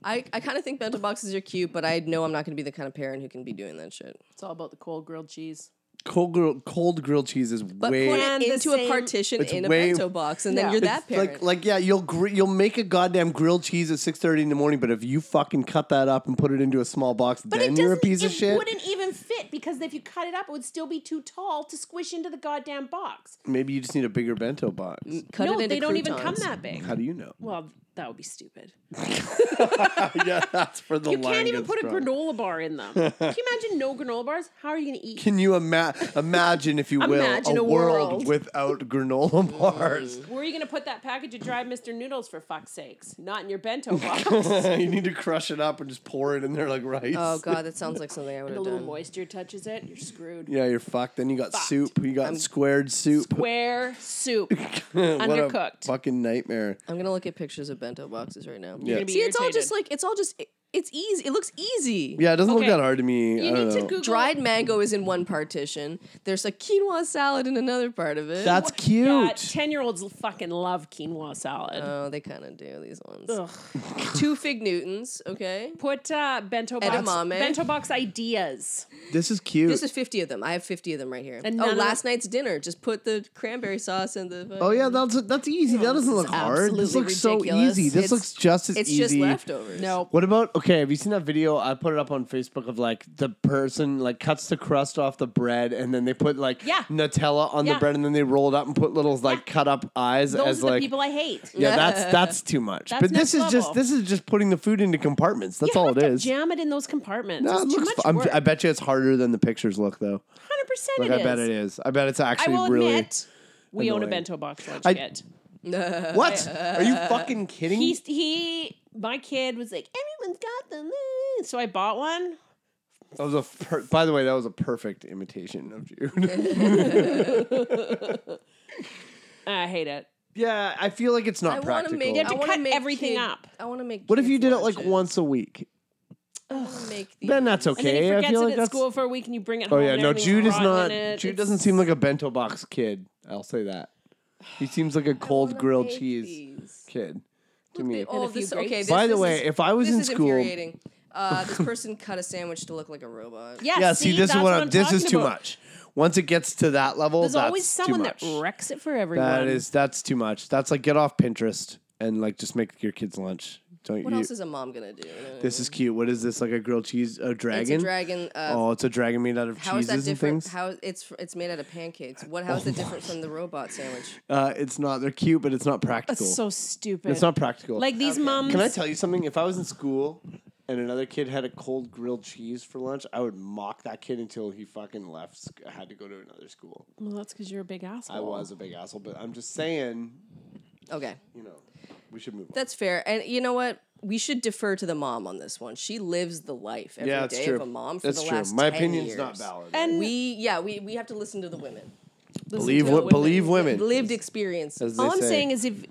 I, I kind of think bento boxes are cute, but I know I'm not going to be the kind of parent who can be doing that shit.
It's all about the cold grilled cheese.
cold grilled cold grilled cheese is
But
way
put
And
it
the
into
same-
a partition
It's
in a
way-
bento box, and
Yeah.
then you're that
It's
parent.
like like yeah you'll gr- you'll make a goddamn grilled cheese at six thirty in the morning, but if you fucking cut that up and put it into a small box, then you're a piece of shit.
wouldn't even fit because if you cut it up, it would still be too tall to squish into the goddamn box.
Maybe you just need a bigger bento box.
Cut
no,
it into
they don't even come
croutons.
that big.
How do you know?
Well, that would be stupid.
yeah, that's for the
You can't even put a granola bar in them. Can you imagine no granola bars? How are you going to eat?
Can you ima- imagine, if you will,
Imagine
a,
a
world,
world.
without granola bars?
Where are you going to put that package of dried Mr. Noodles for fuck's sakes? Not in your bento box.
you need to crush it up and just pour it in there like rice.
Um,
Oh god, that sounds like something I would
a
have
little
done.
moisture touches it, you're screwed.
Yeah, you're fucked. Then you got soup. You got squared soup.
Square soup.
What a
undercooked.
fucking nightmare.
I'm gonna look at pictures of bento boxes right now.
Yeah.
be
See, it's all
irritated.
just like it's all just i- It's easy. It looks easy.
Yeah, it doesn't
Okay.
look that hard to me. I
You
don't
need to
know.
Google
Dried mango is in one partition. There's a quinoa salad in another part of it.
That's cute. Uh,
Ten year olds fucking love quinoa salad.
oh, they kind of do these ones.
Ugh.
Two fig newtons. Okay,
Put uh, bento box
Edamame.
bento box ideas.
this is cute.
this is fifty of them. I have fifty of them right here.
And none
oh,
of
last night's dinner. Just put the cranberry sauce and the.
oh yeah, that's that's easy. That doesn't look hard. This
absolutely
looks
ridiculous.
so easy. This
It's-
looks just as
it's
easy.
just leftovers. No,
What about okay? Have you seen that video? I put it up on Facebook of like the person like cuts the crust off the bread and then they put like
Yeah.
Nutella on
Yeah.
the bread and then they roll it up and put little like cut up eyes
Those
as
are the
like
people I hate.
yeah that's that's too much.
That's
but this
next
is just
level.
this is just putting the food into compartments. That's
You
all
have
it
to
is.
Jam it in those compartments.
No, it
No, it's too
looks.
much
fu- I'm-
work.
I bet you it's harder than the pictures look though.
Hundred percent.
Like I bet it is. I bet it's
I
actually
will
really.
admit, we own
annoying.
a bento box lunch
I-
kit.
What?
uh,
Are you fucking kidding?
He, he, my kid was like, everyone's got them. So I bought one.
That was a. Per- By the way, that was a perfect imitation of Jude.
I hate it.
yeah, I feel like it's not
I want to
practical.
make.
You have
I
to
wanna
cut
make
everything
kid-
up.
I want to make.
what if you
kids
did it
watch
like once a week?
I wanna make these.
Then that's
And then he
okay. I
forgets
feel
it
like
at
that's.
school for a week, and you bring it home.
oh yeah,
and
no,
everything's
Jude is
rotten
not.
in it.
Jude
It's-
doesn't seem like a bento box kid. I'll say that. He seems like a cold
wanna
grilled
make
cheese
these.
kid to me.
Oh,
few
this
grapes.
okay. This,
By the
this
way,
is-
if I was
this
in
is
school-
infuriating. Uh, this person cut a sandwich to look like a robot.
Yeah,
yeah, see, this is
that's
what I'm. This is
talking
too
about.
much. Once it gets to that level,
There's
that's
always someone
too
that
much.
wrecks it for everyone.
That is that's too much. That's like get off Pinterest and like just make your kids lunch. Don't
What
you?
else is a mom gonna do?
this is cute. What is this like a grilled cheese a dragon?
It's a dragon. Uh,
oh, it's a dragon made out of
How
cheeses
is that
and
different?
things.
How it's it's made out of pancakes. What? How is it different from the robot sandwich?
uh, it's not. They're cute, but it's not practical.
so stupid.
it's not practical.
like these moms.
Can I tell you something? If I was in school and another kid had a cold grilled cheese for lunch, I would mock that kid until he fucking left. sc- Had to go to another school.
Well, that's because you're a big asshole.
I was a big asshole, but I'm just saying.
Okay,
You know, we should move on.
that's fair. And you know what? We should defer to the mom on this one. She lives the life every day
yeah, that's true.
of a mom for
that's
the
true.
last.
My
10
opinion's
years.
not valid.
And
We yeah we, we have to listen to the women.
believe what believe women.
Lived experience.
as they
all I'm
say.
saying is if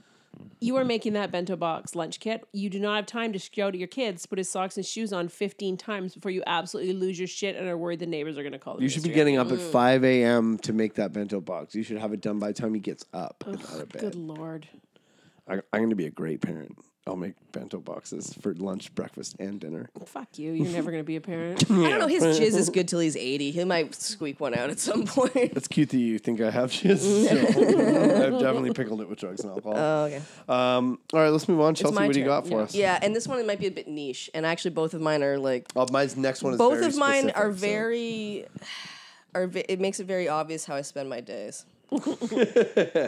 you are making that bento box lunch kit, you do not have time to shout at your kids, put his socks and shoes on 15 times before you absolutely lose your shit and are worried the neighbors are going to call the
You should be
ministry.
getting up
Mm.
at 5 a.m. to make that bento box. You should have it done by the time he gets up and out of
Good
bed.
lord.
I, I'm going to be a great parent. I'll make bento boxes for lunch, breakfast, and dinner.
Fuck you. You're never going to be a parent.
I don't know. His jizz is good till he's eighty. He might squeak one out at some point.
It's cute that you think I have jizz. So I've definitely pickled it with drugs and alcohol.
Oh, okay.
um, all right, let's move on. Chelsea,
my
what do you
turn.
got for us?
Yeah, and this one it might be a bit niche. And actually, both of mine are like
Oh, mine's next one is
both
very
of mine
specific, so-
are very are ve- it makes it very obvious how i spend my days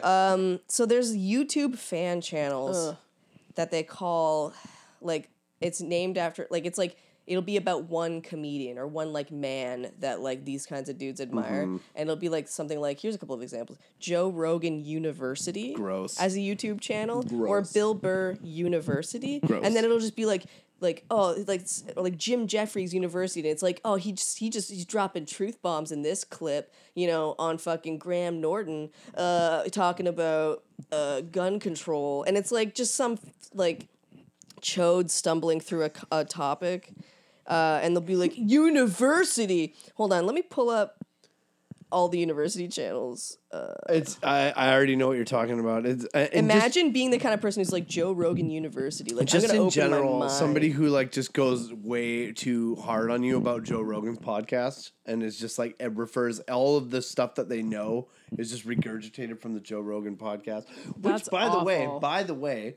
um so there's youtube fan channels that they call like it's named after like it's like it'll be about one comedian or one like man that like these kinds of dudes admire
Mm-hmm.
and it'll be like something like here's a couple of examples joe rogan university
Gross.
as a youtube channel or
Gross.
bill burr university and then it'll just be like like oh it's like s- or like Jim Jeffries University and it's like oh he just he just he's dropping truth bombs in this clip you know on fucking Graham Norton uh talking about uh gun control and it's like just some like chode stumbling through a, c- a topic uh and they'll be like university hold on let me pull up all the university channels
It's I, I already know what you're talking about. It's uh, and just-
imagine being the kind of person who's like Joe Rogan University like
just
I'm gonna
in
open my
general,
mind.
somebody who like just goes way too hard on you about Joe Rogan's podcast and is just like it refers all of the stuff that they know is just regurgitated from the Joe Rogan podcast. Which,
That's
by the way,
awful.
by the way,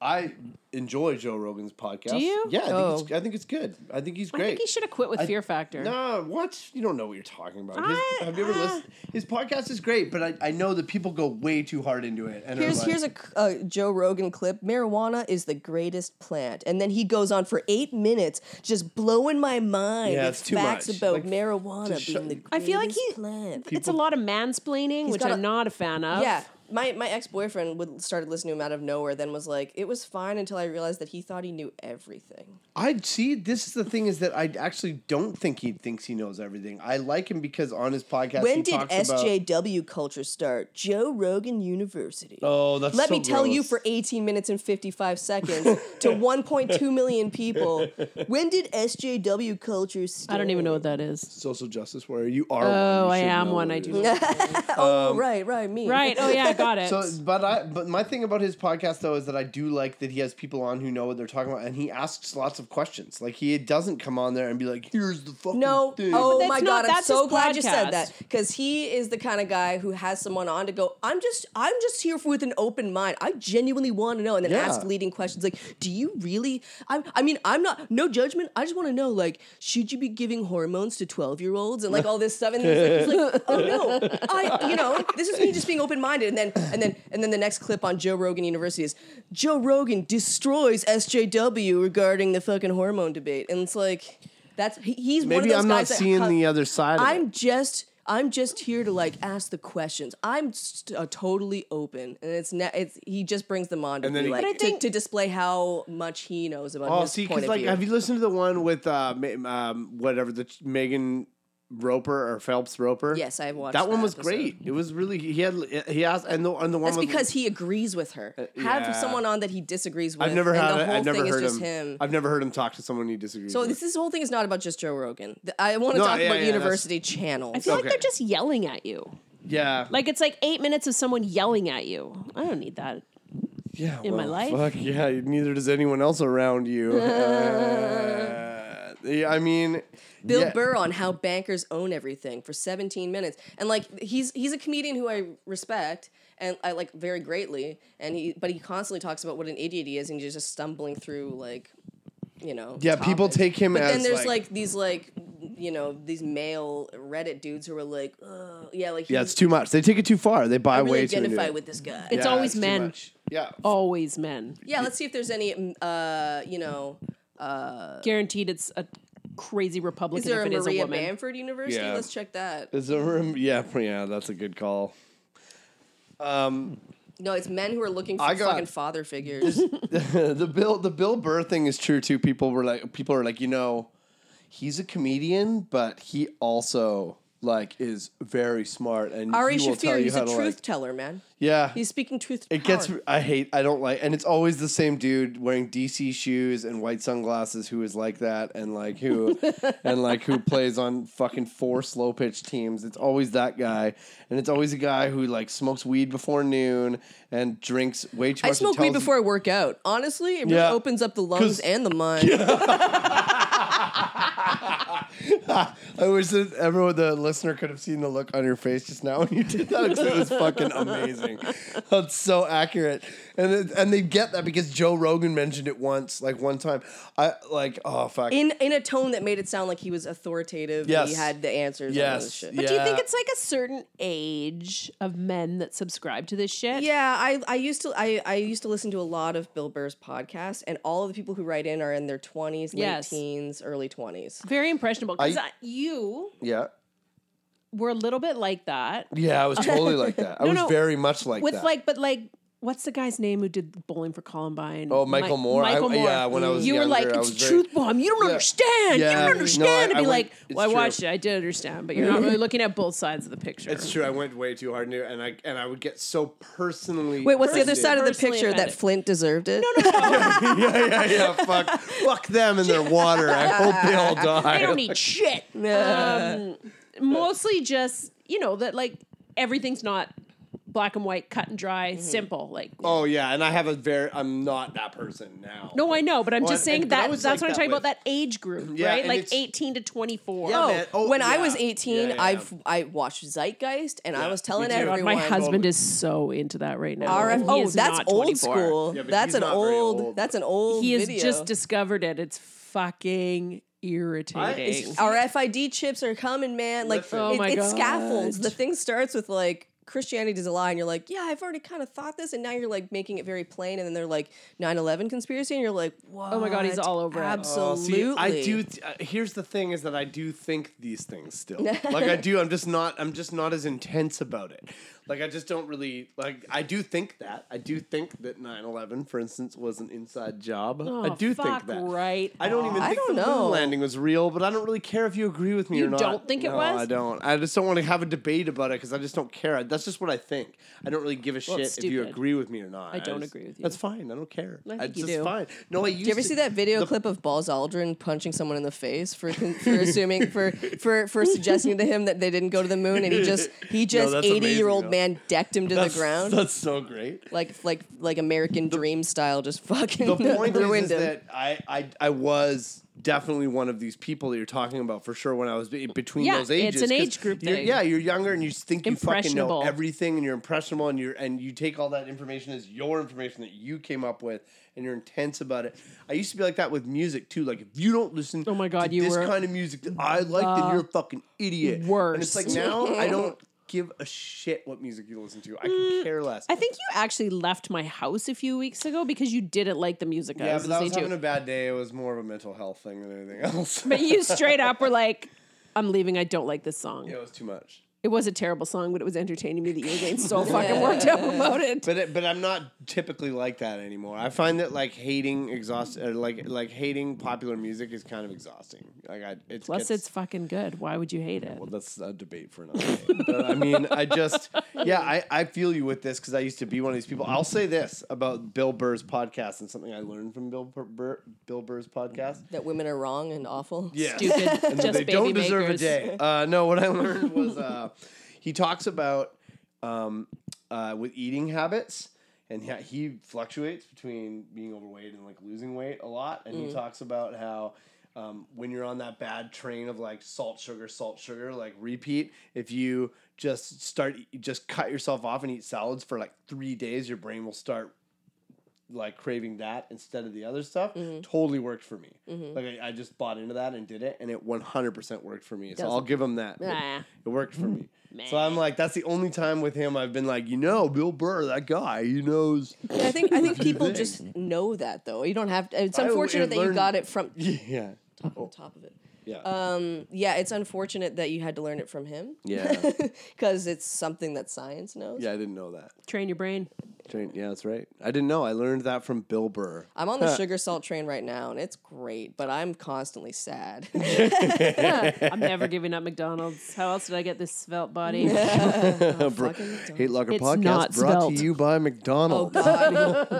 I enjoy Joe Rogan's podcast.
Do you?
Yeah, I, think it's,
Oh.
I think it's good. I think he's
I
great.
think he should have quit with Fear Factor.
No, what? You don't know what you're talking about. His,
I-
have you ever
uh.
listened? His podcast is great, but I, I know that people go way too hard into it. And are
Here's
like-
here's a c- uh, Joe Rogan clip. Marijuana is the greatest plant, and then he goes on for eight minutes, just blowing my mind
Yeah,
with
it's too
facts
much.
about
Like,
marijuana
just
being
shut-
the
I
greatest
feel like he-
plant.
It's a lot of mansplaining, which
got
I'm
a-
not a fan of.
Yeah, my, my ex boyfriend would started listening to him out of nowhere. Then was like, it was fine until I realized that he thought he knew everything.
I see. This is the thing is that I actually don't think he thinks he knows everything. I like him because on his podcast,
when
he
did
talks about-
SJW culture start? Joe Rogan University.
oh, that's
Let
so
me tell you
gross.
for 18 minutes and 55 seconds to 1.2 million people. When did SJW culture start?
I don't even know what that is.
social justice warrior. You are. one.
Oh,
You
I
should
am
know
one.
what
I
it
do.
is.
know.
Um,
Oh, right, right, me.
right. Oh yeah, I got it.
So, but I, but my thing about his podcast though is that I do like that he has people on who know what they're talking about, and he asks lots of questions. Like he doesn't come on there and be like, "Here's the fucking
No.
thing."
Oh
that's
my
not-
god, I'm
that's
so
his
glad you said
podcast.
that because he is the kind of guy who has someone on to go. I'm just, I'm just here for, with an open mind. I genuinely want to know, and then
Yeah.
ask leading questions like, "Do you really?" I, I mean, I'm not no judgment. I just want to know, like, should you be giving hormones to 12 year olds and like all this stuff? And he's like, he's like, "Oh no, I, you know, this is me just being open minded." And then, and then, and then the next clip on Joe Rogan University is Joe Rogan destroys SJW regarding the fucking hormone debate, and it's like. That's he- he's one of
maybe
those
I'm not
guys that
seeing
hu-
the other side. Of it.
I'm just I'm just here to like ask the questions. I'm st- uh, totally open, and it's ne- it's he just brings them on to
And then
be
he-
like
But I
to-
think-
to, display how much he knows about.
Oh,
his
see,
point
because
of
like,
view.
have you listened to the one with uh, ma- um, whatever the ch- Megan Roper or Phelps Roper?
Yes, I watched
that one.
that
Was
episode.
great. It was really he had he asked and the and the one
That's
with-
because he agrees with her. Have
Uh, yeah.
someone on that he disagrees with.
I've never
and
had
the
it.
whole
I've never
thing
heard
is
him.
just him.
I've never heard him talk to someone he disagrees.
so
with.
this this whole thing is not about just Joe Rogan. Th- I want to
No,
talk
yeah,
about
yeah, that's-
university channels.
I feel
okay.
like they're just yelling at you.
yeah,
Like it's like eight minutes of someone yelling at you. I don't need that.
yeah,
in my life.
Fuck yeah! Neither does anyone else around you. Uh, yeah, I mean,
Bill
yeah.
Burr on how bankers own everything for 17 minutes. And like he's he's a comedian who I respect and I like very greatly and he but he constantly talks about what an idiot he is and he's just stumbling through like you know
Yeah, people take him
But
as,
then there's
like-
like, these like you know these male Reddit dudes who are like Ugh. yeah like
Yeah,
he's-
it's too much. They take it too far. They buy
I really
way too into
identify
it.
with this guy.
It's
Yeah,
always
too
men.
much. Yeah.
Oh, Always men.
yeah, let's see if there's any mm, uh you know
Uh,
Guaranteed, it's a crazy Republican
is there
if
a
it is a
Maria
woman.
Bamford University?
Yeah.
Let's check that.
Is there room? Yeah, yeah, that's a good call.
No, it's men who are looking for
I got-
fucking father figures.
the Bill the Bill Burr thing is true too. People were like, people are like, you know, he's a comedian, but he also like is very smart and
Ari
he will tell
Shafir,
you
he's
how
a
to
truth
like.
teller, man.
Yeah,
He's speaking truth. To
it gets.
power.
I hate. I don't like. And it's always the same dude wearing DC shoes and white sunglasses who is like that and like who, and like who plays on fucking four slow pitch teams. It's always that guy, and it's always a guy who like smokes weed before noon and drinks way too
I
much. and
smoke weed
tells-
before I work out. Honestly, it
Yeah.
really opens up the
'Cause-
lungs and the mind.
I wish that everyone, the listener, could have seen the look on your face just now when you did that because it was fucking amazing. That's so accurate, and it, and they get that because Joe Rogan mentioned it once, like one time. I like, oh fuck,
In in a tone that made it sound like he was authoritative. and he
Yes.
had the answers. And all
yes,
this shit.
But do you think
yeah.
it's like a certain age of men that subscribe to this shit?
Yeah, I, I used to I, I used to listen to a lot of Bill Burr's podcast, and all of the people who write in are in their twenties, late
Yes.
teens, early twenties.
Very impressionable. Because
I-
you
yeah,
were a little bit like that.
yeah? I was totally like that. I was
no.
very much like
with
that.
like, but like, what's the guy's name who did Bowling for Columbine?
Oh, Michael
Mi-
Moore. I-
Michael Moore.
yeah, when I was
you were
younger,
like,
I was
it's
very-
truth bomb. You don't
Yeah.
understand.
Yeah,
You
no, I-
don't understand.
I
and be
went-
like,
it's
well, I
true.
watched it. I did understand, but you're not really looking at both sides of the picture.
it's true. I went way too hard into it, and I and I would get so personally.
Wait, what's the other
offended.
side of the
Personally
picture that
offended.
Flint deserved it? No, no,
yeah, yeah, yeah. Fuck, fuck them and their water. I hope they all die.
I don't need shit. Um, mostly just you know that like everything's not black and white, cut and dry,
Mm-hmm.
simple. Like
Oh yeah, and I have a very. I'm not that person now.
no, I know, but I'm
Well,
just
and-
saying
and- but I
that
was
that's
like
what I'm
that
talking
with-
about. That age group,
Yeah,
right?
and
Like
it's-
18 to 24.
Yeah, man. Oh,
when I
yeah.
was eighteen,
Yeah, yeah,
I
yeah.
I watched Zeitgeist, and I
Yeah,
was
me
telling
too. God, my
everyone.
My husband
Totally.
is so into that right now.
RF.
He
Oh,
is
that's
not
old
24.
school.
Yeah, but
that's
he's
an
not very
old,
old.
That's an old.
He has
video.
just discovered it. It's fucking irritating.
Our FID chips are coming, man. Like
Listen.
Oh
it,
my
it
God.
scaffolds. The thing starts with like Christianity is a lie, and you're like, yeah, I've already kind of thought this, and now you're like making it very plain, and then they're like 9/11 conspiracy, and you're like, what?
Oh my God, he's all over it.
Oh,
Absolutely.
see, I do. th- uh, here's the thing: is that I do think these things still. like I do. I'm just not. I'm just not as intense about it. Like I just don't really like. I do think that. I do think that 9-11, for instance, was an inside job. I
Oh,
do think
fuck
that.
right
I don't even
I
think
don't
the
know.
moon landing was real, but I don't really care if you agree with me
You
or not.
don't think it
No,
was?
I don't. I just don't want to have a debate about it because I just don't care. I- That's just what I think. I don't really give a
Well, it's
shit if you
stupid.
agree with me or not.
I don't
just-
agree with you.
That's fine. I don't care.
I
That's
think you
just
do.
fine. No, I used
Do you ever
to-
see that video
the-
clip of Balls Aldrin punching someone in the face for con- for assuming for for for suggesting to him that they didn't go to the moon and he just he just
that's
eighty year old
amazing,
man decked him to
That's-
the ground
That's so great.
like like like American Dream style just fucking
the point is,
ruined
is
him.
that I, I I was definitely one of these people that you're talking about for sure when I was be- between
Yeah,
those
it's
ages.
an
'cause
age group
you're-
thing.
Yeah, you're younger and you think you fucking know
Impressionable.
everything and you're impressionable and you're and you take all that information as your information that you came up with and you're intense about it. I used to be like that with music too. Like if you don't listen
Oh my God,
to
you
this
were
kind of music that I like, then you're a fucking idiot. And it's like
worst.
now I don't give a shit what music you listen to. I can care less.
Mm, I think you actually left my house a few weeks ago because you didn't like the music I
yeah,
was
but I was
listening
having
to.
a bad day. It was more of a mental health thing than anything else.
but you straight up were like, I'm leaving. I don't like this song.
Yeah, it was too much.
It was a terrible song, but it was entertaining me that you were getting so fucking worked up about it.
But it, but I'm not typically like that anymore. I find that like hating exhaust or like like hating popular music is kind of exhausting. Like I it
Plus,
gets-
it's fucking good. Why would you hate it?
well, that's a debate for another day. But I mean, I just yeah, I, I feel you with this because I used to be one of these people. I'll say this about Bill Burr's podcast and something I learned from Bill Bur- Burr, Bill Burr's podcast.
that women are wrong and awful.
Yeah.
Stupid.
and that
just
they
baby
don't deserve a
makers.
day. Uh, no, what I learned was uh, he talks about um, uh, with eating habits, and yeah, he fluctuates between being overweight and like losing weight a lot. And
Mm.
he talks about how. Um, when you're on that bad train of like salt, sugar, salt, sugar, like repeat, if you just start, just cut yourself off and eat salads for like three days, your brain will start like craving that instead of the other stuff totally worked for me. Like I, I just bought into that and did it, and it 100% worked for me. So I'll give him that.
Nah.
It worked for me. So I'm like, that's the only time with him I've been like, you know, Bill Burr, that guy, he knows.
I think I think people
thing.
just know that though. You don't have to, it's
I w-
unfortunate that you
learned-
got it from
yeah.
on top of it.
Yeah.
Yeah, it's unfortunate that you had to learn it from him
yeah.
because it's something that science knows.
Yeah, I didn't know that.
Train your brain.
Train- Yeah, that's right. I didn't know. I learned that from Bill Burr.
I'm on the sugar salt train right now and it's great, but I'm constantly sad.
I'm never giving up McDonald's. How else did I get this svelte body?
Bro- Hate Locker
It's
Podcast
not
brought
spelt.
to you by McDonald's.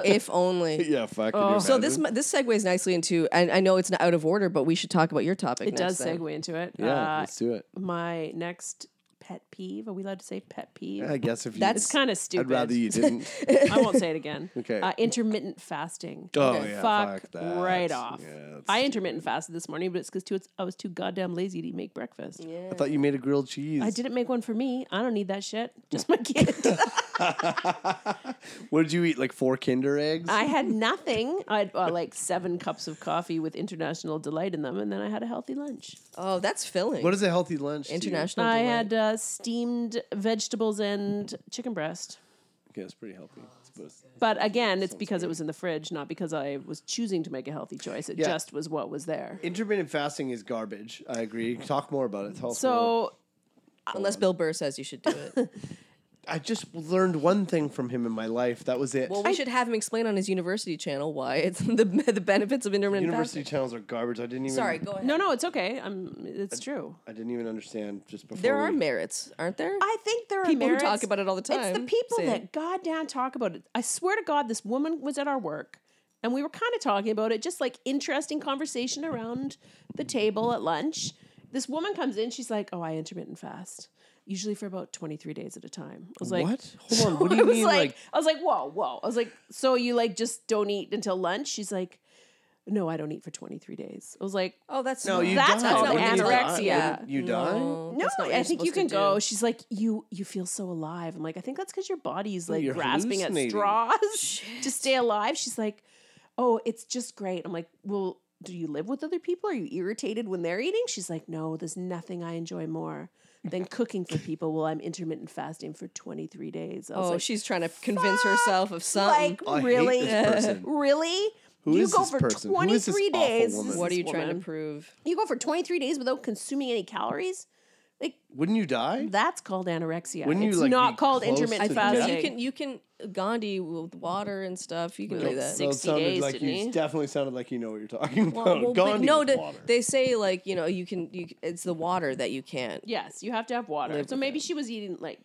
if only.
Oh, yeah, fuck.
Oh, So this mi- this segues nicely into and I know it's not out of order, but we should talk about your topic.
It
next
does
then.
segue into it.
Yeah,
Uh,
let's do it.
My next pet peeve. Are we allowed to say pet peeve?
I guess if you.
That's-
It's kind of
I'd
stupid.
rather you didn't.
I won't say it again.
Okay.
Uh, intermittent fasting.
Oh, yeah,
Fuck,
fuck that.
right off.
Yeah, that's
I intermittent fasted this morning, but it's because I was too goddamn lazy to make breakfast.
I thought you made a grilled cheese.
I didn't make one for me. I don't need that shit. Just my kid.
What did you eat? Like four Kinder eggs?
I had nothing. I had uh, like seven cups of coffee with international delight in them, and then I had a healthy lunch.
Oh, that's filling.
what is a healthy lunch? to you?
international?
I
delight.
had uh, steamed vegetables and chicken breast.
Okay, it's pretty healthy. It's supposed-
But again, it's because it was in the fridge, not because I was choosing to make a healthy choice. It
Yeah.
just was what was there.
Intermittent fasting is garbage. I agree. Talk more about it. Tell us more.
So
Unless Bill Burr says you should do it.
I just learned one thing from him in my life. That was it.
well, we should have him explain on his university channel why it's the the benefits of intermittent
University
fasting.
channels are garbage. I didn't even.
Sorry, go ahead.
No, no, it's okay. I'm. It's true.
I didn't even understand just before.
There are
we-
merits, aren't there?
I think there are
People who
merits.
talk about it all the
It's the
time
people
say
that goddamn talk about it. I swear to God, this woman was at our work, and we were kind of talking about it, just like interesting conversation around the table at lunch. This woman comes in. She's like, "Oh, I intermittent fast." Usually for about twenty three days at a time. I was like,
What? Hold on. What do
I
you
was
mean?
like,
Like,
I was like, whoa, whoa. I was like, so you like just don't eat until lunch? She's like, no, I don't eat for 23 days. I was like,
Oh, that's
no, you
That's
die.
called
Wouldn't you die?
anorexia.
Wouldn't You die.
no,
that's not what
I
you're
think you
supposed to
can
do.
go. She's like, you you feel so alive. I'm like, I think that's because your body's like
you're
grasping at
hallucinating.
straws to stay alive. She's like, oh, it's just great. I'm like, well, do you live with other people? Are you irritated when they're eating? She's like, no, there's nothing I enjoy more than cooking for people while I'm intermittent fasting for 23 days. I was
Oh,
like,
she's trying to convince herself of something.
like
I hate
really
this person.
really
Who
you
is
go
this
for
person? Who is this
23
awful
days
woman?
this
what are you
woman.
trying to prove?
you go for 23 days without consuming any calories Like
Wouldn't you die?
that's called anorexia.
Wouldn't you,
it's
like, be
not called
close
I
intermittent
to
think
death?
fasting.
you can you can Gandhi with water and stuff. You can do that.
Those
60
sounded
days,
like
didn't
you
he?
definitely sounded like you know what you're talking about.
Well, well, but
Gandhi
no,
was
th-
water.
they say like you know you can you c- it's the water that you can't.
yes, you have to have water.
Live
So
with
maybe she was eating like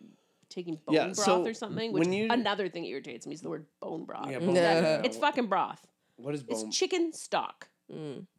taking bone
Yeah,
broth
so
or something. Which
when you-
another thing irritates me is the word bone broth.
Yeah, bone
Yeah.
broth.
It's fucking broth.
what is
It's
bone?
chicken stock.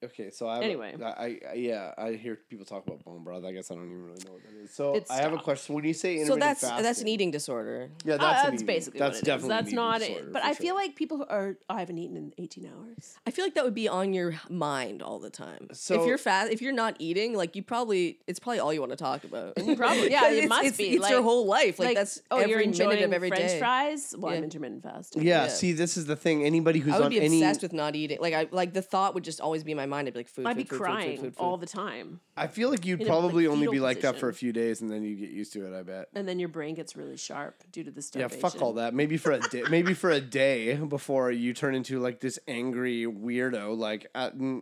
okay, so I have a-
Anyway.
I, I yeah, I hear people talk about bone broth. I guess I don't even really know what that is. So
It's
I have a
stock.
question. when you say
So
intermittent
that's that's an
fasting-
eating disorder.
Yeah,
Uh,
that's,
That's,
an eating-
basically
that's
what it is.
definitely an
That's
eating
not
disorder,
it. But
for
I
sure.
feel like people who are oh, I haven't eaten in 18 hours.
I feel like that would be on your mind all the time.
So-
if you're fat, if you're not eating, like you probably it's probably all you want to talk about.
Probably. Yeah,
'Cause
it
it's,
must
it's,
be,
It's your
like-
whole life. Like,
Like,
that's
oh,
every
you're
minute
enjoying
of every day.
French fries. Well, I'm
Yeah.
intermittent fasting.
Yeah,
Yeah.
see, this is the thing. Anybody who's
I would
on
be
any,
obsessed with not eating. Like I like the thought would just always be in my mind. I'd be like food.
I'd be
food, food, food,
crying
food, food, food.
all the time,
I feel like you'd
in a, like,
probably only
fetal
be like that for a
position.
few days, and then you get used to it. I bet.
and then your brain gets really sharp due to the
Yeah,
starvation.
fuck all that. Maybe for a day, maybe for a day before you turn into like this angry weirdo. Like uh, mm.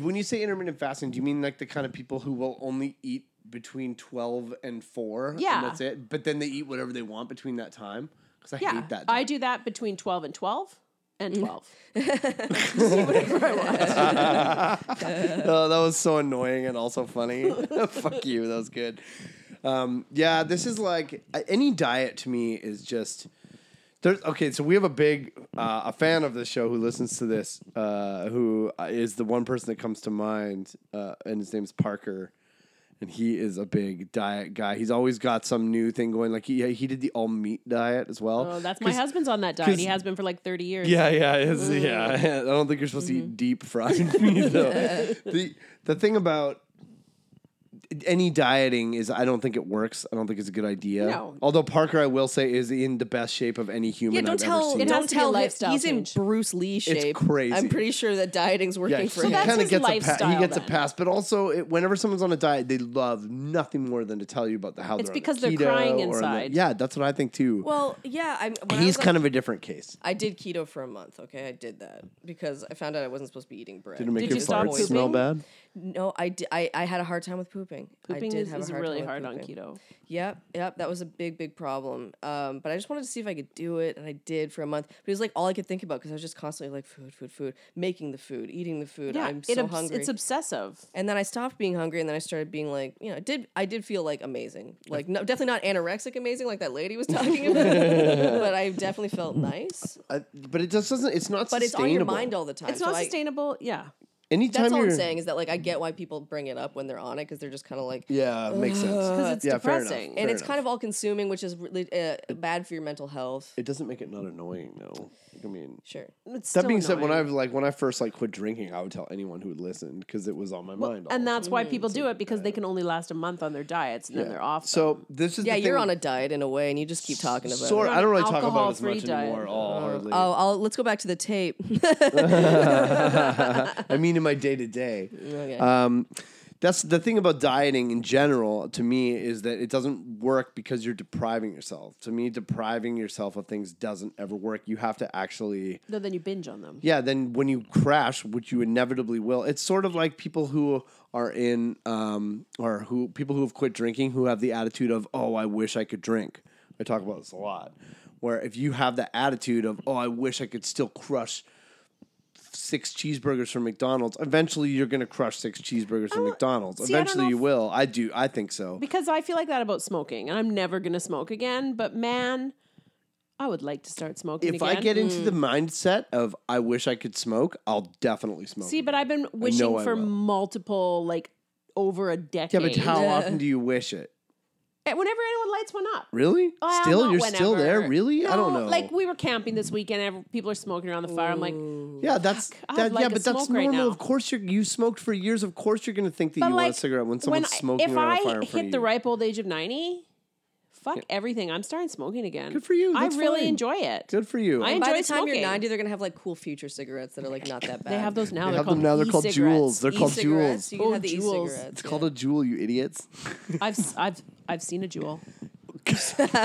when you say intermittent fasting, do you mean like the kind of people who will only eat between twelve and four?
Yeah.
and that's it. But then they eat whatever they want between that time. Because I
Yeah,
hate that.
I
diet.
do that between 12 and 12
Mm.
and 12.
oh, that was so annoying and also funny. Fuck you. That was good. Um, yeah, this is like a- any diet to me is just. There's, okay, so we have a big uh, a fan of the show who listens to this, uh, who is the one person that comes to mind, uh, and his name's Parker, and he is a big diet guy. He's always got some new thing going. Like he he did the all meat diet as well.
oh, that's my
'Cause-
husband's on that diet. He has been for like 30 years.
yeah, yeah, it's,
Mm.
yeah. I don't think you're supposed to
Mm-hmm.
eat deep fried meat. Though. the the thing about any dieting is I don't think it works. I don't think it's a good idea.
No.
Although Parker, I will say, is in the best shape of any human
Yeah, don't
I've ever
tell.
seen.
It has
Don't
to be a
tell. him-
lifestyle
He's in
change.
Bruce Lee shape.
crazy.
I'm pretty sure that dieting's working
yeah,
for
he
him.
that's
kind of
his
gets a pass. He
lifestyle
gets a
then.
pass, but also it, whenever someone's on a diet, they love nothing more than to tell you about the how
It's
they're on
because
a
they're
keto
crying
or on the-
inside.
yeah, that's what I think too.
Well, yeah. I'm. when I
He's
was on-
kind of a different case.
I did keto for a month. Okay, I did that because I found out I wasn't supposed to be eating bread.
Did it make
Did
your
you stop
farts smell
pooping?
bad?
No, I, di- I I had a hard time with pooping. I
Pooping
did
is,
have
is
a hard
really
time
hard
with
on
pooping.
keto.
Yep, yep, that was a big big problem. Um, but I just wanted to see if I could do it, and I did for a month. But it was like all I could think about because I was just constantly like food, food, food, making the food, eating the food.
Yeah,
I'm
it
so
obs-
hungry.
it's obsessive.
and then I stopped being hungry, and then I started being like, you know, I did I did feel like amazing, like no, definitely not anorexic amazing like that lady was talking about, but I definitely felt nice.
I, but it just doesn't. It's not.
But it's on your
sustainable.
mind all the time.
It's
so
not
I-
sustainable. Yeah.
Anytime
That's all
you're,
I'm saying is that like I get why people bring it up when they're on it because they're just kind of like,
Yeah, makes sense.
Because it's
yeah, fair enough.
depressing.
fair
and it's kind of all consuming, which is really, uh, bad for your mental health.
It doesn't make it not annoying though. I mean,
Sure.
It's
that
still
being said, when
annoying.
I was like when I first like quit drinking, I would tell anyone who would listen because it was on my mind. all
and
the
that's why
Mm,
people do it because they can only last a month on their diets and
time.
then they're off. them.
So this is
Yeah,
the
you're
thing-
on a diet in a way, and you just keep talking about
Sort.
it.
I don't really talk about it as
alcohol-free
much
diet.
anymore. at All hardly.
Oh, I'll, let's go back to the tape.
Uh, I mean, in my day to day.
Okay.
Um, that's the thing about dieting in general to me is that it doesn't work because you're depriving yourself. To me, depriving yourself of things doesn't ever work. You have to actually
no, then you binge on them.
yeah, then when you crash, which you inevitably will, it's sort of like people who are in um, or who people who have quit drinking who have the attitude of, oh, I wish I could drink. I talk about this a lot. Where if you have the attitude of, oh, I wish I could still crush six cheeseburgers from McDonald's, eventually you're gonna crush six cheeseburgers from McDonald's.
Oh, see, I don't
eventually
know
you
if-
will. I do. I think so.
Because I feel like that about smoking, and I'm never gonna smoke again. But man, I would like to start smoking.
if
again. Hmm.
I get into the mindset of I wish I could smoke, I'll definitely smoke.
see, but I've been wishing
I
for
will.
multiple like over a decade.
yeah, but how often do you wish it?
And Whenever anyone lights one up.
Really?
Well,
still,
Uh, not
you're still there?
whenever.
Really? I don't
No,
know.
Like we were camping this weekend, and people are smoking around the fire. I'm like,
yeah, that's
I'd
that.
like
yeah,
a
but that's
smoke right
normal.
now.
of course, you you smoked for years. Of course, you're going to think that
but
you
like
want a cigarette when someone's
I-
smoking
If
around a fire
I
in front
hit
of
the
you.
ripe old age of 90, fuck everything. I'm starting smoking again.
Good for you. That's
I really
fine.
enjoy it.
Good for you.
By
I enjoy
the time
smoking.
you're 90, they're gonna have like cool future cigarettes that are like not that bad.
They have those now.
they
They're
have
called
them now. They're called
e-cigarettes.
jewels. They're called
E-cigarettes,
jewels.
You can
Oh,
have the
Juuls.
e-cigarettes.
It's called a jewel, you idiots.
I've I've I've seen a jewel.
sagely.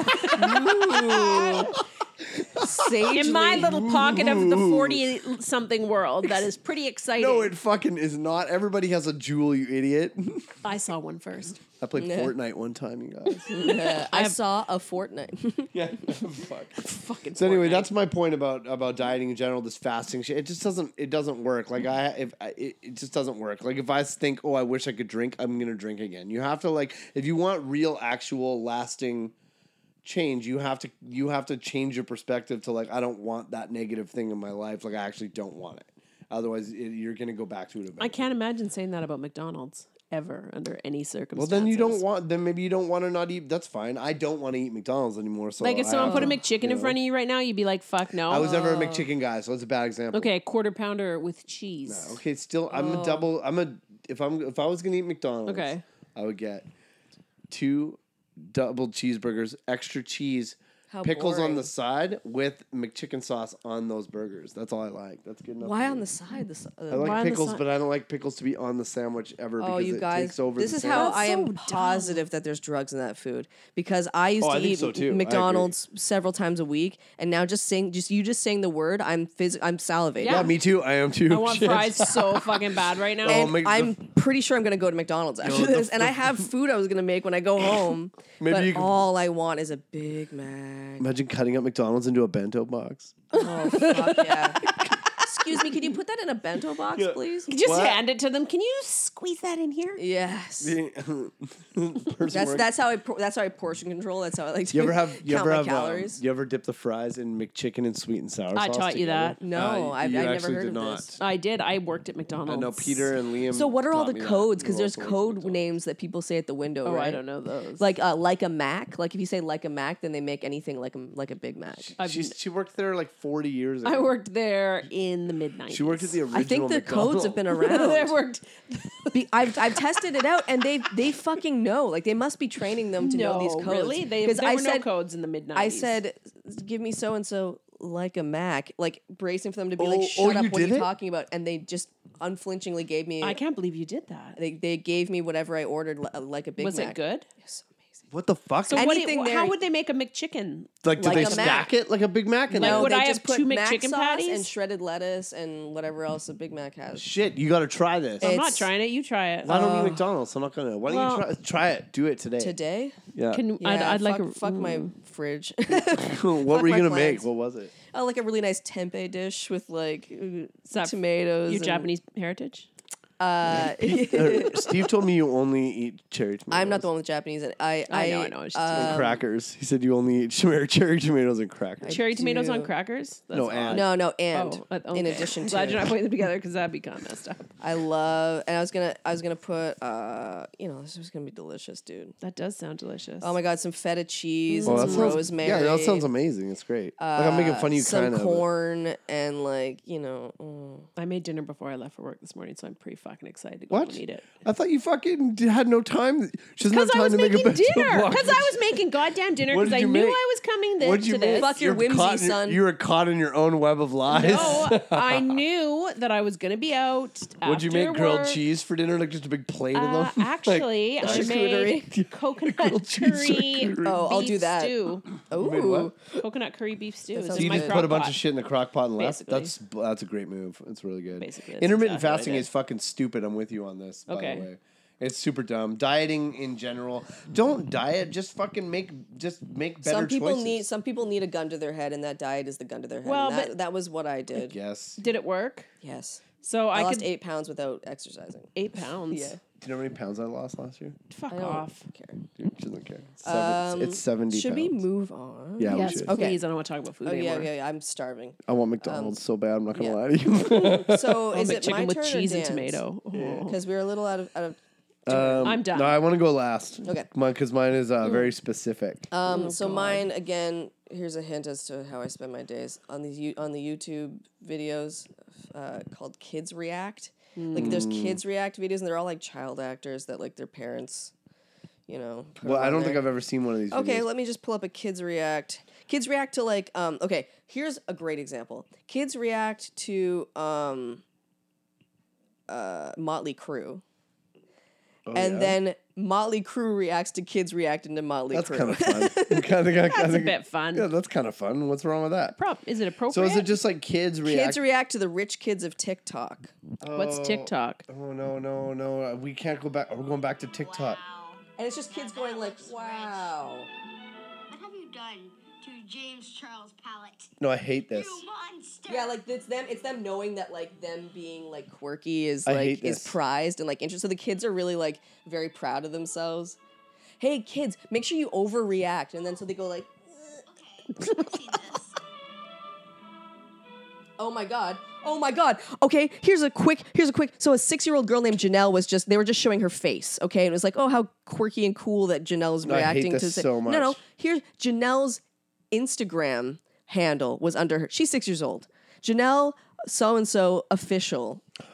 in my little pocket of the 40 something world that is pretty exciting.
No, it fucking is not. Everybody has a jewel, you idiot.
I saw one first.
I played Fortnite one time, you guys.
Uh, I saw a fortnight.
yeah, fuck.
Fucking
So anyway,
Fortnite.
that's my point about about dieting in general. This fasting shit, it just doesn't it doesn't work. Like I if I, it, it just doesn't work. Like if I think, oh, I wish I could drink, I'm gonna drink again. You have to like if you want real, actual, lasting change, you have to you have to change your perspective to like I don't want that negative thing in my life. Like I actually don't want it. Otherwise, it, you're gonna go back to it. Eventually.
I can't imagine saying that about McDonald's ever under any
Well,
circumstances.
then you don't want. Then maybe you don't want to not eat. That's fine. I don't want to eat McDonald's anymore. So
Like if
I
someone
have
put a Oh.
to-
McChicken in front of you right now, you'd be like, "Fuck no."
I was never a McChicken guy, so that's a bad example.
okay, quarter pounder with cheese.
Okay, still, I'm
Oh.
a double. I'm a if I'm if I was gonna eat McDonald's,
Okay.
I would get two double cheeseburgers, extra cheese, pickles on
boring.
the side with McChicken sauce on those burgers. That's all I like. That's good enough.
Why
for
on
me.
the uh, side? This,
I
why
like
on the
pickles,
side?
but I don't like pickles to be on the sandwich ever
oh,
because
you
it
guys!
takes over.
this
the
is how
sandwich.
I am positive that there's drugs in that food because I used
Oh, I
to
think
eat
so too. I agree.
McDonald's several times a week, and now just saying just you just saying the word, I'm phys- I'm salivating.
Yeah, me too. I am too. Oh,
I want
Shit.
fries so fucking bad right now.
Oh,
And
make the-
I'm pretty sure I'm gonna go to McDonald's after
the
this, and I have food I was gonna make when I go home.
Maybe
but
you can-
all I want is a Big Mac.
Imagine cutting up McDonald's into a bento box.
Oh fuck yeah! Excuse me, could you put that in a bento box, please?
Just
What?
hand it to them. Can you squeeze that in here?
Yes.
Person
That's
work-
that's how I por- that's how I portion control. That's how I like to
You ever have you
count
ever
my
have um,
calories.
you ever dip the fries in McChicken and sweet and sour?
I
sauce
taught you
together?
that.
No,
Uh,
I've,
you
I've never
actually
heard
did
of
not.
this. Oh.
I did. I worked at McDonald's.
I know Peter and Liam.
So what are all
taught
the
me that.
codes?
We
Because
were
there's
also
code
into it.
names that people say at the window.
Oh,
right?
I don't know those.
Like uh, like a Mac. Like if you say like a Mac, then they make anything like a like a Big Mac.
I've-
She's, she worked there like 40 years ago.
I worked there in the mid nineties.
She worked at the original.
I think the codes have been
I
around.
worked.
Be- I've, I've tested it out, and they they fucking know. Like they must be training them to know
No,
these codes.
really? They,
'Cause
there
I
were no
said
codes in the mid
I
nineties.
said, give me so and so like a Mac, like bracing for them to be
Oh,
like,
oh,
shut up,
you
what are
did
you
it?
talking about? And they just unflinchingly gave me.
I can't believe you did that.
they, they gave me whatever I ordered, li- like a Big
Was
Mac.
it good?
What the fuck?
So what?
Anything
It,
there-
how would they make a McChicken?
like, did
like
they
a
stack
Mac.
it like a Big Mac? And
Like,
then-
would
they
I
just
have two
put Mac
McChicken
sauce
patties?
and shredded lettuce and whatever else a Big Mac has?
shit, you got to try this.
I'm not
It's- uh,
trying it. You try it.
Why don't you McDonald's? I'm not gonna. Why don't you try, try it? Do it today.
Today,
Yeah.
Can I'd,
Yeah,
I'd like
fuck,
a,
fuck my fridge.
what were you
my
gonna
plans.
make? What was it?
I like a really nice tempeh dish with like uh,
that
tomatoes.
your
and-
Japanese heritage.
Uh, Steve told me you only eat cherry tomatoes.
I'm not the one with Japanese. And I,
I
I uh,
know, I know, I was just
And crackers. He said you only eat cherry, cherry tomatoes and crackers.
Cherry tomatoes on
do.
crackers. That's
No,
odd.
and
No, no, and
Oh, uh,
in
okay.
addition to,
glad you're not putting them together because that'd be kind of messed up.
I love, and I was gonna, I was gonna put, uh, you know, this is gonna be delicious, dude.
That does sound delicious.
Oh my god, some feta cheese,
Well,
and
that
some
sounds-
rosemary, uh,
Yeah, that sounds amazing. It's great. like I'm making fun of you,
some
Uh, kind of. but-
corn, and like you know, mm.
I made dinner before I left for work this morning, so I'm pretty fucking excited to go
What?
and eat it.
I thought you fucking d- had no time. She doesn't have
Because I
time
was
to make a
making
bento
dinner.
box.
Because I was making goddamn dinner.
What did
Because I
you
knew
make?
I was coming thi-
What did
to
you
this.
make?
Fuck your
You're
whimsy,
caught in-
son.
You were caught in your own web of lies.
No, uh, Oh, I knew that I was gonna be out.
Would you make
after
grilled
work.
cheese for dinner? Like just a big plate of
Uh,
them. Like,
actually, I made coconut
Grilled cheese or
curry.
curry.
Oh, I'll
beef
do that.
Stew.
Wait,
ooh,
what?
Coconut curry beef stew. is
sounds
So
in
you
my
just put a
crock
bunch
pot.
of shit in the crock pot and left.
Basically.
That's that's a great move. It's really good.
Basically, that's
intermittent
exactly what I
fasting
did.
is fucking stupid. I'm with you on this. By
Okay.
the way. It's super dumb. Dieting in general, don't diet. Just fucking make just make better
some people
choices.
need, some people need a gun to their head, and that diet is the gun to their head.
Well,
and that,
but-
that was what I did.
yes.
Did it work?
Yes,
So
I,
I,
lost
could
eight pounds without exercising.
eight pounds.
Yeah.
Do you know how many pounds I lost last year?
Fuck
I don't
off.
care.
Dude, she doesn't care. Seven, it's seventy.
Should we
pounds.
move on?
Yeah,
Yes,
we should.
Okay.
please. I don't want to talk about food
Oh yeah,
anymore.
yeah, yeah, I'm starving.
I want McDonald's so bad. I'm not gonna
yeah.
lie to you.
So is it
Chicken
my
with
turn
cheese
or
and tomato. Oh.
Because we were a little out of out of
I'm done.
Um, no, I want to go last.
Okay.
mine because mine is uh, very specific.
Um, so mine again. Here's a hint as to how I spend my days on these you- on the YouTube videos uh, called Kids React. Like
Hmm.
there's Kids React videos, and they're all like child actors that like their parents, you know. put
well,
them
I
on
don't
there.
think I've ever seen one of these.
Okay,
videos.
let me just pull up a kids react. Kids react to like um okay, here's a great example. Kids react to um uh Motley Crue.
Oh,
and then Motley Crue reacts to kids reacting to Motley
That's
Crue.
kind of fun. kind of,
That's a bit fun.
Yeah, that's kind of fun. What's wrong with that?
Prop is it appropriate?
So is it just like kids react?
kids react to the rich kids of TikTok.
What's TikTok?
oh no no no! We can't go back. We're going back to TikTok.
And it's just kids going like, wow.
What have you done to James Charles Pallet?
No, I hate this.
You monster!
Yeah, like it's them it's them knowing that like them being like quirky is
I
like
hate
is
this.
prized and like interesting. So the kids are really like very proud of themselves. Hey kids, make sure you overreact. And then so they go like,
Okay, I've seen this.
oh my god, oh my god. Okay, here's a quick, here's a quick. So a six-year-old girl named Janelle was just they were just showing her face, okay? And it was like, oh how quirky and cool that Janelle is
I hate
reacting
this
to sa-
so
No, no,
much.
here's Janelle's Instagram handle was under her. She's six years old. Janelle so and so official
Oh,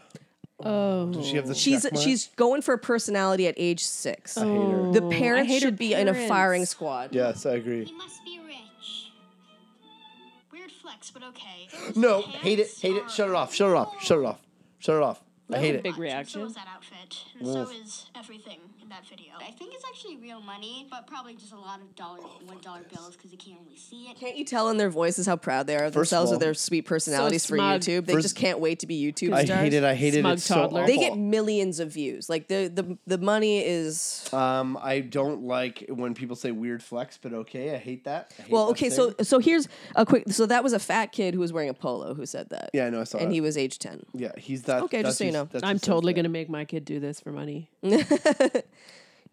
Oh,
Does she have the
She's
check mark?
she's going for a personality at age six. The parents
hate her
should be in a firing
parents.
squad.
Yes, I agree.
He must be rich. Weird flex, but okay.
No, hate it, hate it. Shut it off. Shut it off. Shut it off. Shut it off. I hate it.
Big
So
reaction.
is that outfit, and so is everything in that video. I think it's actually real money, but probably just a lot of dollar, one dollar bills because you can't really see it.
Can't you tell in their voices how proud they are of
First of
themselves
all-
or their sweet personalities for
smug.
YouTube? They
First-
just can't wait to be YouTube
I
stars.
hate it. I hate it.
Smug
It's so
toddler.
They
awful.
get millions of views. Like the the the money is
Um, I don't like when people say weird flex, but okay, I hate that. I hate
well.
that
Okay,
thing.
so so here's a quick. So that was a fat kid who was wearing a polo who said that.
yeah, I know I saw
and
that.
he was age ten.
yeah, he's that.
Okay, just
that's
so you
who's-
know.
that's
I'm
who's
totally
that.
gonna make my kid do this for money.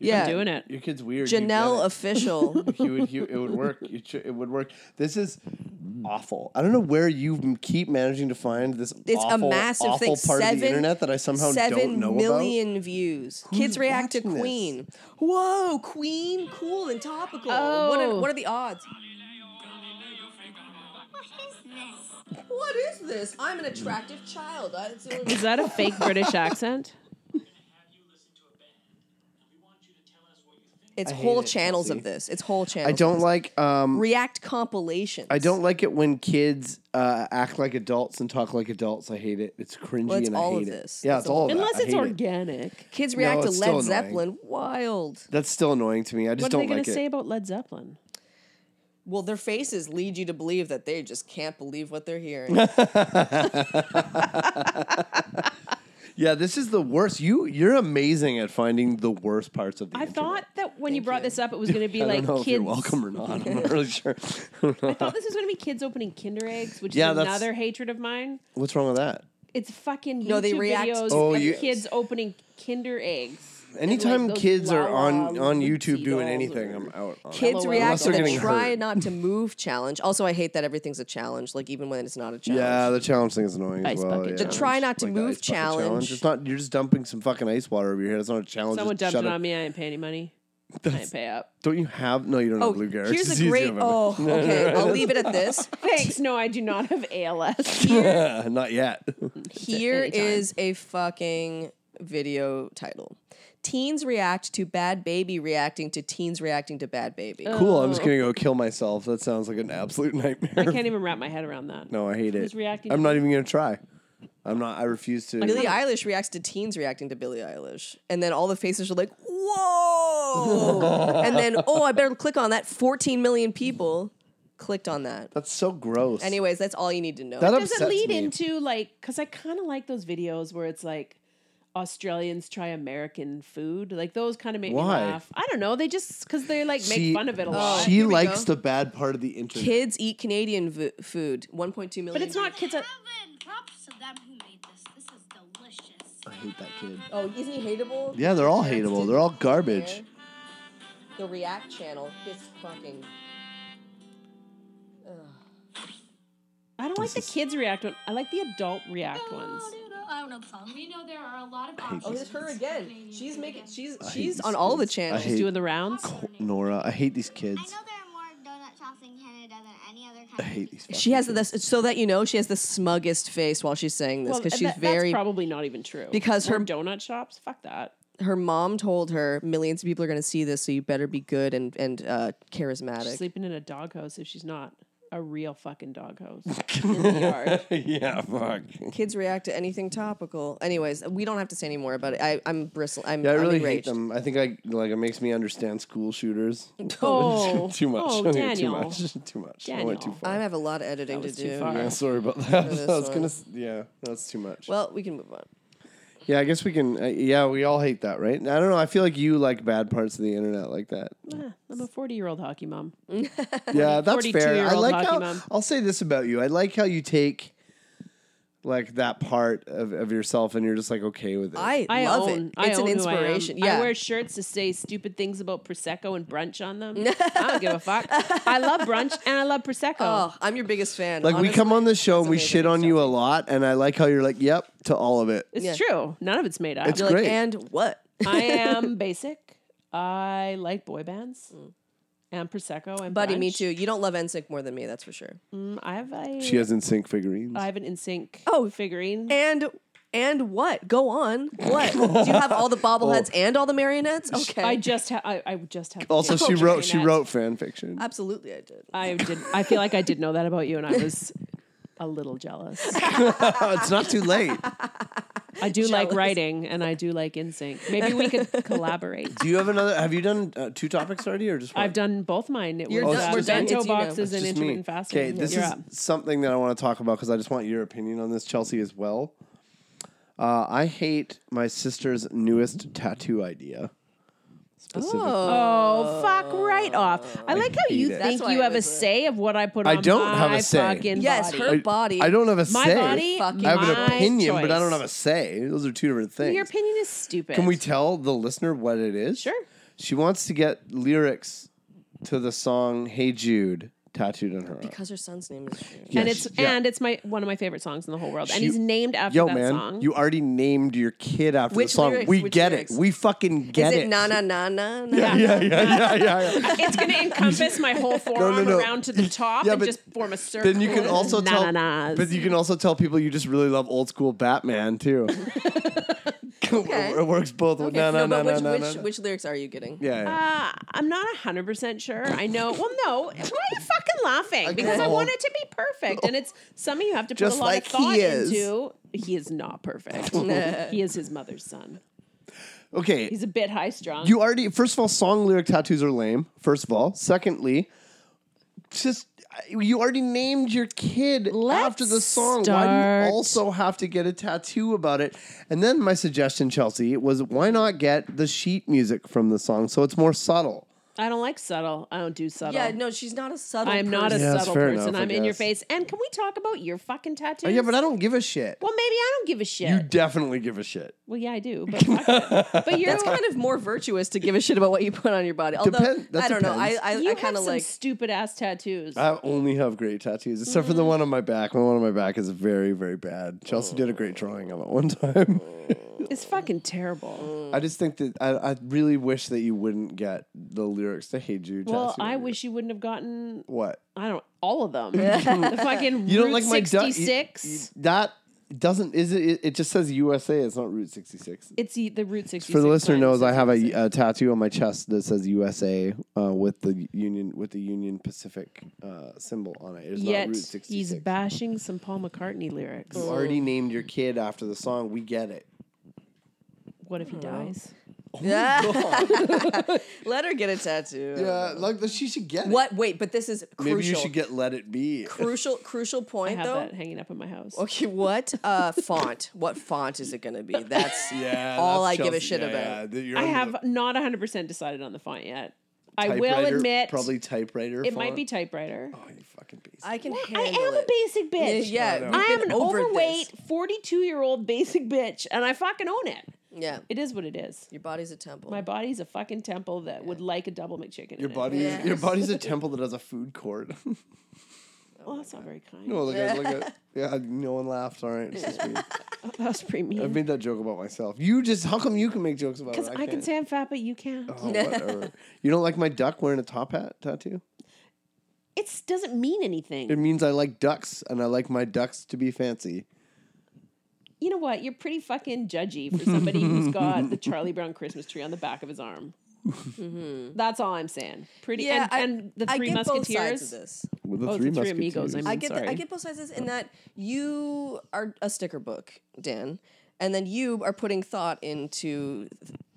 yeah,
I'm doing it.
Your kid's weird. you get
Janelle
it.
official.
he would he, it would work it, sh- it would work this is awful i don't know where you m- keep managing to find this
It's
awful,
a massive
awful
thing.
part
seven,
of the internet that i somehow don't
seven
know
million views. Kids react to
watching this?
Queen. Whoa, Queen, cool and topical. What, are,
Oh.
what are the odds?
What is this?
What is this? I'm an attractive child. I, it's-
Is that a fake British accent?
it's
hate
whole
it,
channels
Chelsea.
of this. It's whole
about
channels.
i don't
Of
like um
this. react compilations.
i don't like it when kids uh, act like adults and talk like adults i hate it it's cringy
Well, it's
and i
all of
hate
this.
it yeah
It's
it's, all of that.
Unless
I
it's
hate it.
organic.
Kids react to
it's still
Led
annoying.
Zeppelin. Wild.
that's still annoying to me i just
What are
don't
they gonna
like it
say about Led Zeppelin?
Well, their faces lead you to believe that they just can't believe what they're hearing.
yeah this is the worst you you're amazing at finding the worst parts of the
I
internet.
thought that when you brought this up, it was gonna be
I
like
don't know
kids.
if you're welcome or not. I'm not really sure.
I thought this was gonna be kids opening Kinder eggs, which
Yeah,
is
that's-
another hatred of mine.
What's wrong with that?
It's fucking YouTube
No, they react
videos
to
Oh,
of
you-
kids opening Kinder eggs.
Anytime
those
kids are on
la-la
on YouTube doing
Lucidos
anything,
or-
I'm out. On
Kids
LOL.
react
Unless
to
they're
the
getting
try
hurt.
not to move challenge. Also, I hate that everything's a challenge, like even when it's not a challenge.
Yeah, the challenge thing is annoying
Ice
as well.
bucket
yeah.
The
try not to
the
move
ice bucket
challenge.
It's not. You're just dumping some fucking ice water over your head. It's not a challenge.
Someone
Oh, just
dumped
shut
it
up.
on me. I didn't pay any money. I didn't pay up.
Don't you have? No, you don't
Oh,
have blue garage.
here's
It's
a
easy
great.
to have
Oh, okay. I'll leave it at this.
Thanks. No, I do not have ALS.
it. not yet.
Here
anytime.
is a fucking video title. Teens react to bad baby reacting to teens reacting to bad baby.
cool. I'm just gonna go kill myself. That sounds like an absolute nightmare.
Oh. I can't even wrap my head around that.
no, I hate it.
Who's reacting
I'm
to-
not even gonna try. I'm not. I refuse to.
Billie Eilish reacts to teens reacting to Billie Eilish. And then all the faces are like, whoa. and then, oh, I better click on that. 14 million people clicked on that.
That's so gross.
Anyways, that's all you need to know.
that
Does
upsets
it lead
me.
into like? Because I kind of like those videos where it's like Australians try American food. Like those kind of make me
Why?
laugh. I don't know. They just because they like make fun of it a lot.
She Oh.
Here we
likes
go.
the bad part of the internet.
Kids eat Canadian v- food. 1.2 million.
but it's not kids. That,
Heaven, props to them who made this. This is delicious.
I hate that kid.
Oh, isn't he hateable?
Yeah, they're all
Parents
hateable.
did-
They're all garbage.
The React channel is fucking.
I don't like the kids react one. I like the adult react ones.
I don't know the song. We know there are a lot of
hate
options.
Oh, it's her again. She's making. She's she's
these
on all the
kids. I
channels.
hate-
Doing the rounds.
Nora, I hate these kids.
I know there are more donut shops in Canada than any other country.
I hate these.
She has this so that you know she has the smuggest face while she's saying this
Well,
because she's
that-
very.
that's probably not even true.
because
Or
her-
donut shops. Fuck that.
her mom told her millions of people are going to see this, so you better be good and and uh, charismatic.
Sleeping in a doghouse if she's not. a real fucking doghouse in the yard.
yeah, fuck.
Kids react to anything topical. Anyways, we don't have to say any more about it. I, I'm bristle. I'm,
Yeah, I
I'm
really hate
enraged.
them. I think I like it makes me understand school shooters.
Oh.
too much.
Oh,
I went
Daniel.
Too much. Too much. I went too
Daniel.
I
far.
have a lot of editing to
was
do.
too far.
Yeah, sorry about that. I
this
was
one.
gonna. s- Yeah, that's too much.
Well, we can move on.
yeah, I guess we can. Uh, yeah, we all hate that, right? I don't know. I feel like you like bad parts of the internet like that.
Ah, I'm a 40 year old hockey mom.
Yeah, that's fair. I
42-year-old
like
hockey
how
mom.
I'll say this about you. I like how you take like that part of, of yourself and you're just like okay with it.
I,
I
love
own.
it.
I
it's
own
an
who I am.
inspiration.
I,
Yeah.
wear shirts to say stupid things about prosecco and brunch on them. I don't give a fuck. I love brunch and I love prosecco.
oh, I'm your biggest fan.
like we
Honestly,
come on the show and
it's
we
amazing.
shit on you a lot and I like how you're like yep to all of it.
it's
yeah.
true. None of it's made up.
It's
You're like,
great.
and what?
I am basic. I like boy bands and prosecco and
Mm. Buddy, me
brunch.
too. You don't love NSYNC more than me, that's for sure.
Mm, I have a.
She has in sync figurines.
I have an in sync
Oh.
figurine.
And and what? Go on. What? Do you have all the bobbleheads
Oh.
and all the marionettes? Okay.
I just ha- I, I just have.
also, she
Oh,
wrote she
Marinette.
wrote fan fiction.
Absolutely, I did.
I did. I feel like I did know that about you, and I was a little jealous.
Oh, it's not too late.
I do like writing, and I do like in sync. Maybe we could collaborate.
Do you have another? Have you done uh, two topics already, or just one?
I've done both mine. It
You're
was
done-
uh,
we're done.
bento
It's you now.
boxes and intermittent fasting.
Okay, this
You're
is
up.
something that I want to talk about because I just want your opinion on this, Chelsea, as well. Uh, I hate my sister's newest tattoo idea. Specifically,
Oh fuck! Right off. I like how you
hate it.
think
That's why
you
I
have a
was a-
say of what I put
I
on.
don't
my
have a say.
Fucking
Yes,
body.
her body.
I don't have a
My
say.
body,
I have
my
an opinion, but I don't
choice.
have a say. Those are two different things.
Your opinion is stupid.
Can we tell the listener what it is?
Sure.
She wants to get lyrics to the song "Hey Jude" tattooed on her. arm.
Because her son's name is Jude.
Yeah,
and
she-
it's
yeah.
and it's my one of my favorite songs in the whole world. and
She-
he's named after
Yo,
that
man,
song.
you already named your kid after
Which
the song.
lyrics?
we
Which
get
lyrics?
it. We fucking
Is
get
it na na na na na?
Yeah, yeah, yeah, yeah, yeah. yeah.
it's going to encompass my whole forearm
no.
around to the top
Yeah,
and
but
just form a circle.
Then you can also tell.
Bananas.
But you can also tell people you just really love old school Batman too. it works both. ways. No,
No,
no, no,
but
no,
which,
no,
which,
no.
which lyrics are you getting?
Yeah, yeah.
Uh, I'm not 100% sure. I know. Well, no. Why are you fucking laughing? Because I
know.
want it to be perfect. And it's something you have to put
Just
a lot
like he
of thought
is.
into. He is not perfect. he is his mother's son.
okay.
He's a bit high strung.
You already, first of all, song lyric tattoos are lame. First of all, secondly, just you already named your kid after the
Let's
song. Why do
start-
you also have to get a tattoo about it? And then my suggestion, Chelsea, was why not get the sheet music from the song so it's more subtle.
I don't like subtle. I don't do subtle.
Yeah, no, she's not a subtle.
I'm not a
Yeah, that's
subtle
fair
person.
enough, I
I'm in your
guess.
face. And can we talk about your fucking tattoos?
yeah, but I don't give a shit.
Well, maybe I don't give a shit.
You definitely give a shit.
Well, yeah, I do. But, fuck it. but you're
That's kind of more virtuous to give a shit about what you put on your body. Although
Depend- that
I don't know, I
depends.
I,
you
I kind of like
stupid ass tattoos.
I only have great tattoos, except
Mm.
for the one on my back. The one on my back is very, very bad. Chelsea did a great drawing of it one time.
it's fucking
Mm,
terrible.
I just think that I, I really wish that you wouldn't get the lyrics to "Hey Jude."
Well,
tattooed on
I
your-
wish you wouldn't have gotten
what
I don't all of them. the fucking
you don't
Route
like my du- you-
66.
you- that doesn't is it- it? It just says USA. It's not Route sixty six.
it's e, the, the Route 66.
For the listener
sign.
knows, I have a, a tattoo on my chest that says USA uh, with the Union with the Union Pacific uh, symbol on it. It's
Yet
not Route Oh, sixty
he's
six.
bashing some Paul McCartney lyrics.
You already named your kid after the song. We get it.
What if he dies?
let her get a tattoo.
Yeah, like she should get
What? Wait, but this is crucial.
Maybe you should get "Let It Be."
crucial crucial
I
point
have
though.
that hanging up in my house.
Okay, what uh, font? What font is it going to be? That's
Yeah,
all I
that's
give a
Chelsea.
shit
Yeah, yeah,
about.
that you're
I
under the-
have not 100% decided on the font yet. I will
typewriter,
admit
probably typewriter.
it might be
font.
typewriter.
oh, you fucking beast.
I can
I
handle
am a
it.
basic bitch.
Yeah, yeah,
I
we've
am
been
an
over this.
overweight 42 year old basic bitch, and I fucking own it.
Yeah,
It is what it is.
your body's a temple.
My body's a fucking temple that would like a double McChicken.
your
in it.
body, is, your body's a temple that has a food court.
Well, Oh, that's not very kind.
no, look at, look at, yeah, no one laughed. All right, it's just me.
That was pretty
I've
mean.
made that joke about myself. You just, how come you can make jokes about it?
Because I, can
can't?
say I'm fat, but you can't.
Oh, whatever. you don't like my duck wearing a top hat tattoo?
It doesn't mean anything.
It means I like ducks, and I like my ducks to be fancy.
you know what? You're pretty fucking judgy for somebody who's got the Charlie Brown Christmas tree on the back of his
Mm-hmm.
arm. That's all I'm saying. Pretty.
yeah,
and, and the
I
Three
get both sides
Musketeers.
of this.
With the
Oh,
three
the
Musketeers.
Three Amigos, I mean.
I get
sorry.
the, I get both sides of this in that you are a sticker book, Dan, and then you are putting thought into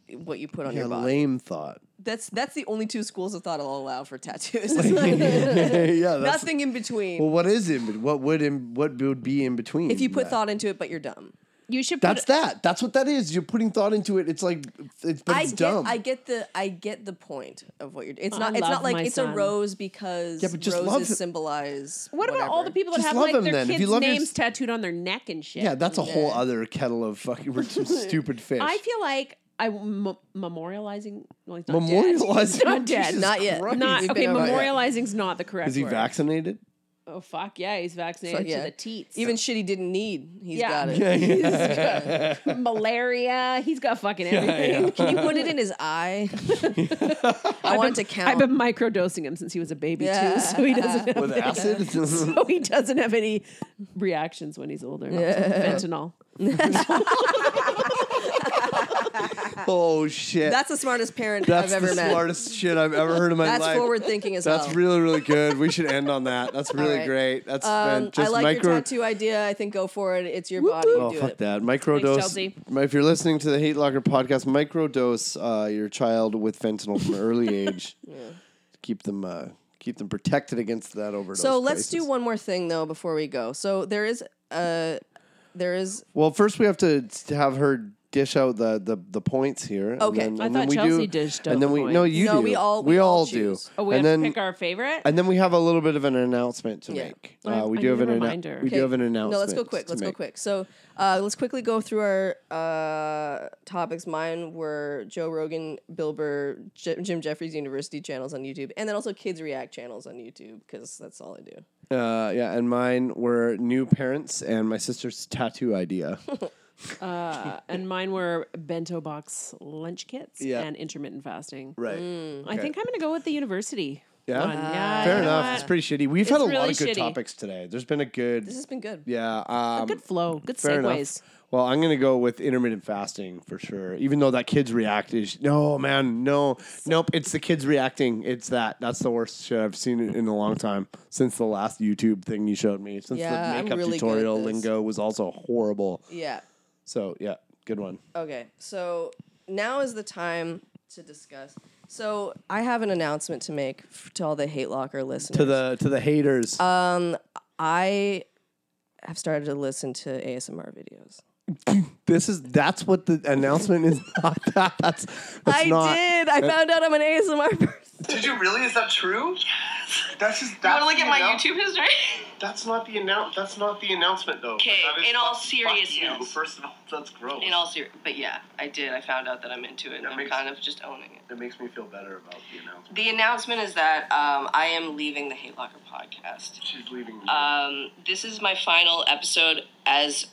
th- what you put on
yeah,
your body.
lame thought.
That's that's the only two schools of thought I'll allow for tattoos.
yeah, that's,
Nothing in between.
well, what is in? bet- What would in? What would be in between?
if you put
that?
thought into it, but you're dumb.
You should. Put
that's that. That's what that is. You're putting thought into it. It's like it's but
I
it's
get
dumb.
I get the I get the point of what you're. It's
I
not it's
love
not like
my
it's a
son.
rose because
Yeah, but just
roses
love it.
symbolize.
What about all the
whatever.
people that
Just
have
love
like
him
their
then. If you
kids'
love your
names
s-
tattooed on their neck and shit?
yeah, that's a whole other kettle of fucking we're some stupid fish.
I feel like I m- memorializing. Well, he's not
Memorializing.
Dead. Not dead.
Jesus
Not,
Not yet.
Christ.
not
We've
okay.
been over that.
Memorializing's not the correct.
Is he
word.
vaccinated?
Oh fuck yeah, he's vaccinated
Fuck yeah.
to the teats.
Even shit he didn't need, he's
Yeah.
got it.
malaria. He's got fucking everything.
Can you put it in his eye? I want it to count.
I've been microdosing him since he was a baby
Yeah.
too, so he doesn't have
With acid?
so he doesn't have any reactions when he's older. Fentanyl.
oh shit.
That's the smartest parent
That's
I've ever
the
met.
smartest shit I've ever heard in my
That's
life.
forward thinking as
That's
well.
really really good. We should end on that. That's really
right.
great. That's
Um,
fan- just
I like
micro.
your tattoo idea. I think go for it. It's your body.
Oh
Do
fuck
it.
that microdose!
Chelsea.
mi- if you're listening to the Hate Locker podcast, microdose uh, your child with fentanyl from an early age. Keep them uh, keep them protected against that overdose.
So let's do
crisis.
one more thing though before we go. So there is uh there is
Well, first we have to to have her dish out the the, the points here.
Okay.
and then,
I
and then
thought
we do,
Chelsea dished out
and then
the
we no
points.
you
No,
do.
we all-
we,
we all
all do.
choose.
Oh, we
and
have
then
to pick our favorite.
and then we have a little bit of an announcement to
Yeah.
make.
I have-
Uh, we
I
do
need
have
a
an
reminder.
annou- we do have an announcement.
no. Let's go quick.
to
Let's go
make.
quick. So uh, let's quickly go through our uh, topics. Mine were Joe Rogan, Bill Burr, Je- Jim Jeffries University channels on YouTube, and then also Kids React channels on YouTube because that's all I do.
Uh, yeah, and mine were new parents and my sister's tattoo idea.
Uh, and mine were bento box lunch kits
Yeah.
and intermittent fasting.
right.
Mm.
I think I'm gonna go with the university.
Yeah.
one. yeah
Fair
you know
enough.
what?
It's pretty shitty. We've
It's
had a lot
really
of good
shitty.
topics today. There's been a good,
This has been good.
yeah, um,
good flow, good
fair
segues.
enough. Well, I'm gonna go with intermittent fasting for sure. Even though that kids react is no man, no, nope. It's the kids reacting. It's that. That's the worst shit I've seen in a long time since the last YouTube thing you showed me. Since
Yeah,
the
I'm
makeup
really good at
tutorial
this.
lingo was also horrible.
Yeah.
So yeah, good one.
Okay, so now is the time to discuss. So I have an announcement to make f- to all the Hate Locker listeners.
To the to the haters.
Uh, I have started to listen to ASMR videos.
this is that's what the announcement is. Not that. That's, that's
I
not.
did. I found out I'm an ASMR person.
Did you really? Is that true? That's just.
You
That's
want to look
the
at my
annou-
YouTube history?
That's not the announce. That's not the announcement, though.
Okay,
That is-
in all
fuck you,
seriousness.
first of all, that's gross.
In all serious, but yeah, I did. I found out that I'm into it, and I'm
makes-
kind of just owning it.
it makes me feel better about the announcement.
The announcement is that um, I am leaving the Hate Locker podcast.
She's leaving. me.
Um, this is my final episode as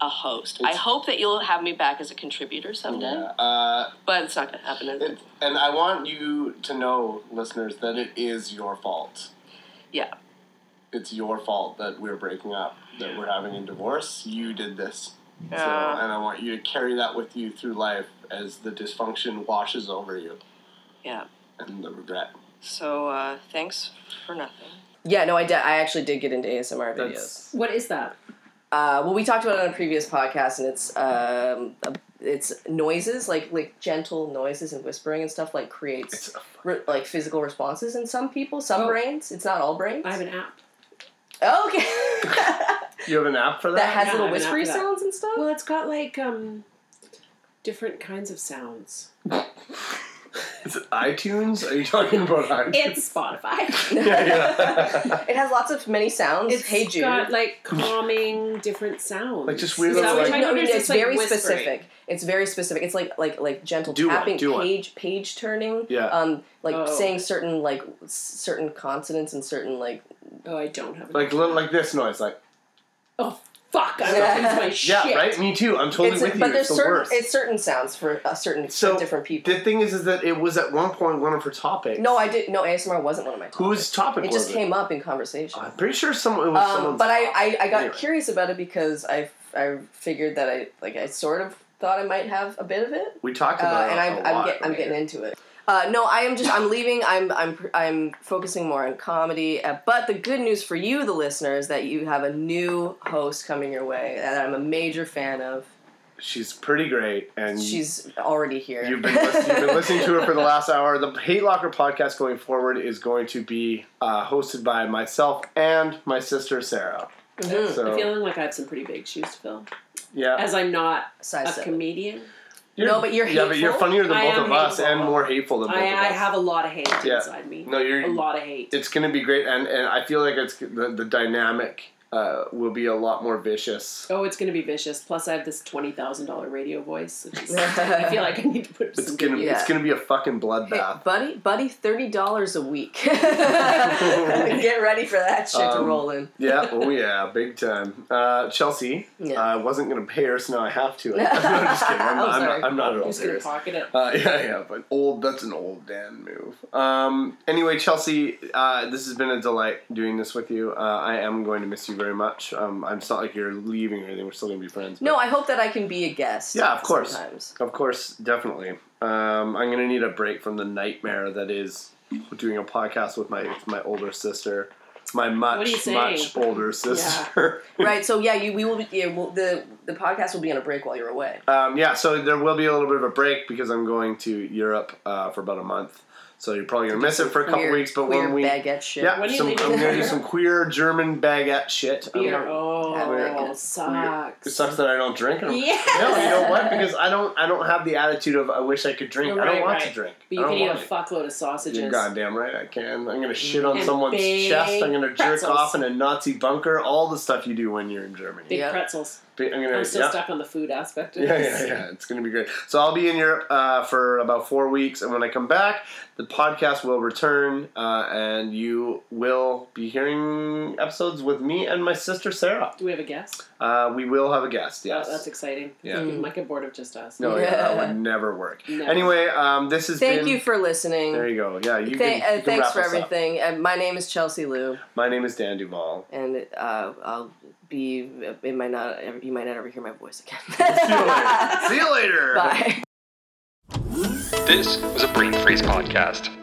a host. I hope that you'll have me back as a contributor someday,
uh,
but it's not gonna happen. Is it?
it, and I want you to know, listeners, that it is your fault.
Yeah,
It's your fault that we're breaking up, that we're having a divorce. You did this. So,
Yeah.
and I want you to carry that with you through life as the dysfunction washes over you
yeah.
and the regret.
So uh, thanks for nothing.
Yeah, no, I did. I actually did get into ASMR
That's-
What is that?
Uh, well, we talked about it on a previous podcast, and it's um, a- it's noises like like gentle noises and whispering and stuff like creates re- like physical responses in some people, some brains. It's not all brains.
Oh. I have an app.
Okay.
You have an app for that?
that has
Yeah,
little
I'm
whispery
after that.
sounds and stuff.
Well, it's got like um different kinds of sounds.
Is it iTunes? Are you talking about iTunes?
It's Spotify.
yeah, yeah.
It has lots of many sounds. hey Jude.
got like calming different sounds.
Like, just weird little,
So
like-
my
no,
computer's
it's,
just, like,
very
whispering.
specific. It's very specific. It's like like like gentle
Do one,
tapping,
do one.
page page turning.
Yeah.
Um, like
Oh.
saying certain like s- certain consonants and certain like.
Oh, I don't have.
like little like this noise, like
oh fuck! I don't lose my shit.
yeah, right. Me too. I'm totally
It's
with you.
but
it's
there's
the
certain
worst.
it's certain sounds for uh, certain
so
for different people.
The thing is, is that it was at one point one of her topics.
no, I didn't. No, ASMR wasn't one of my. Topics.
Whose topic
It just
was it?
came up in conversation.
I'm pretty sure someone. It was
Um,
someone's
but I,
topic.
I, I got
Anyway.
curious about it because I, I figured that I like I sort of thought I might have a bit of it,
We talked
uh,
about it.
and
a-
I'm,
a
I'm,
lot
get, I'm
earlier.
getting into it. Uh, no, I am just I'm leaving. I'm I'm I'm focusing more on comedy. Uh, but the good news for you, the listeners, that you have a new host coming your way that I'm a major fan of.
She's pretty great, and
She's already here.
You've been, listening, you've been listening to her for the last hour. The Hate Locker podcast going forward is going to be uh, hosted by myself and my sister Sarah.
I'm
So
feeling like Mm-hmm. I have some pretty big shoes to fill.
yeah,
As I'm not
Size
a
seven.
comedian,
you're,
No, but you're
yeah, but you're
hateful.
funnier than
I
both
am
of us
hateful.
and more hateful than both
I,
of
I
us.
have a lot of hate
Oh Yeah.
inside me.
No, you're-
a lot of hate.
it's going to be great, and and I feel like it's the, the dynamic uh, will be a lot more vicious.
Oh, it's gonna be vicious. Plus, I have this twenty thousand dollar radio voice. Which is, I feel like I need to put
It's
some
gonna
good-
it's
Yeah.
gonna be a fucking
Hey,
bloodbath.
buddy, buddy, thirty dollars a week. Get ready for that shit to
Um,
roll in.
Yeah, oh yeah, big time. Uh, Chelsea,
Yeah.
I wasn't gonna pay her, so now I have to. I'm just kidding. I'm,
I'm
not- I'm
sorry.
not, I'm not at all
I'm just gonna
serious.
pocket it.
Uh, yeah, yeah, but old, that's an old Dan move. Um, anyway, Chelsea, uh, this has been a delight doing this with you. Uh, I am going to miss you very much. Um, I'm- it's not like you're leaving or anything, we're still going to be friends. but-
No, I hope that I can be a guest.
Yeah, of course.
Sometimes.
Of course, definitely. Um, I'm going to need a break from the nightmare that is doing a podcast with my my older sister. My
What are you
much,
saying?
much older sister.
Right. So yeah, you we will be yeah, we'll, the the podcast will be on a break while you're away.
Um, yeah, so there will be a little bit of a break because I'm going to Europe uh, for about a month. So you're probably gonna miss it for a couple
Weird-
weeks, but
weird
when we
baguette shit.
yeah,
When are you
some, I'm
leaving?
gonna do some queer German baguette shit. I'm
Beer.
gonna-
Oh,
Weird. It
sucks.
sucks that I don't drink. and I'm-
Yes.
No, you know what? Because I don't. I don't have the attitude of I wish I could drink. I don't
Right,
want to
right.
drink.
But
I
you
don't
can eat a
want it.
fuckload of sausages.
You're goddamn right. I can. I'm gonna shit on
And
someone's
big
chest. I'm gonna jerk
pretzels.
off in a Nazi bunker. All the stuff you do when you're in Germany.
Big
Yeah.
pretzels.
I'm gonna.
I'm still
yeah.
stuck on the food aspect of
Yeah,
this.
yeah, yeah. It's going to be great. So I'll be in Europe uh, for about four weeks, and when I come back, the podcast will return, uh, and you will be hearing episodes with me and my sister Sarah.
Do we have a guest?
Uh, we will have a guest.
Oh,
Yes.
that's exciting.
Yeah.
I'm like a board of just us.
no, yeah, that would never work.
Never.
Anyway, um, this has
Thank
been.
you for listening.
There you go. Yeah, you
Thank-
can.
uh,
you can wrap
thanks for
us up.
everything. Uh, my name is Chelsea Lou,
My name is Dan Duval.
and uh, I'll be. uh, It might not. You might not ever hear my voice
See you
again.
later. See you later.
Bye.
This was a Brain Freeze podcast.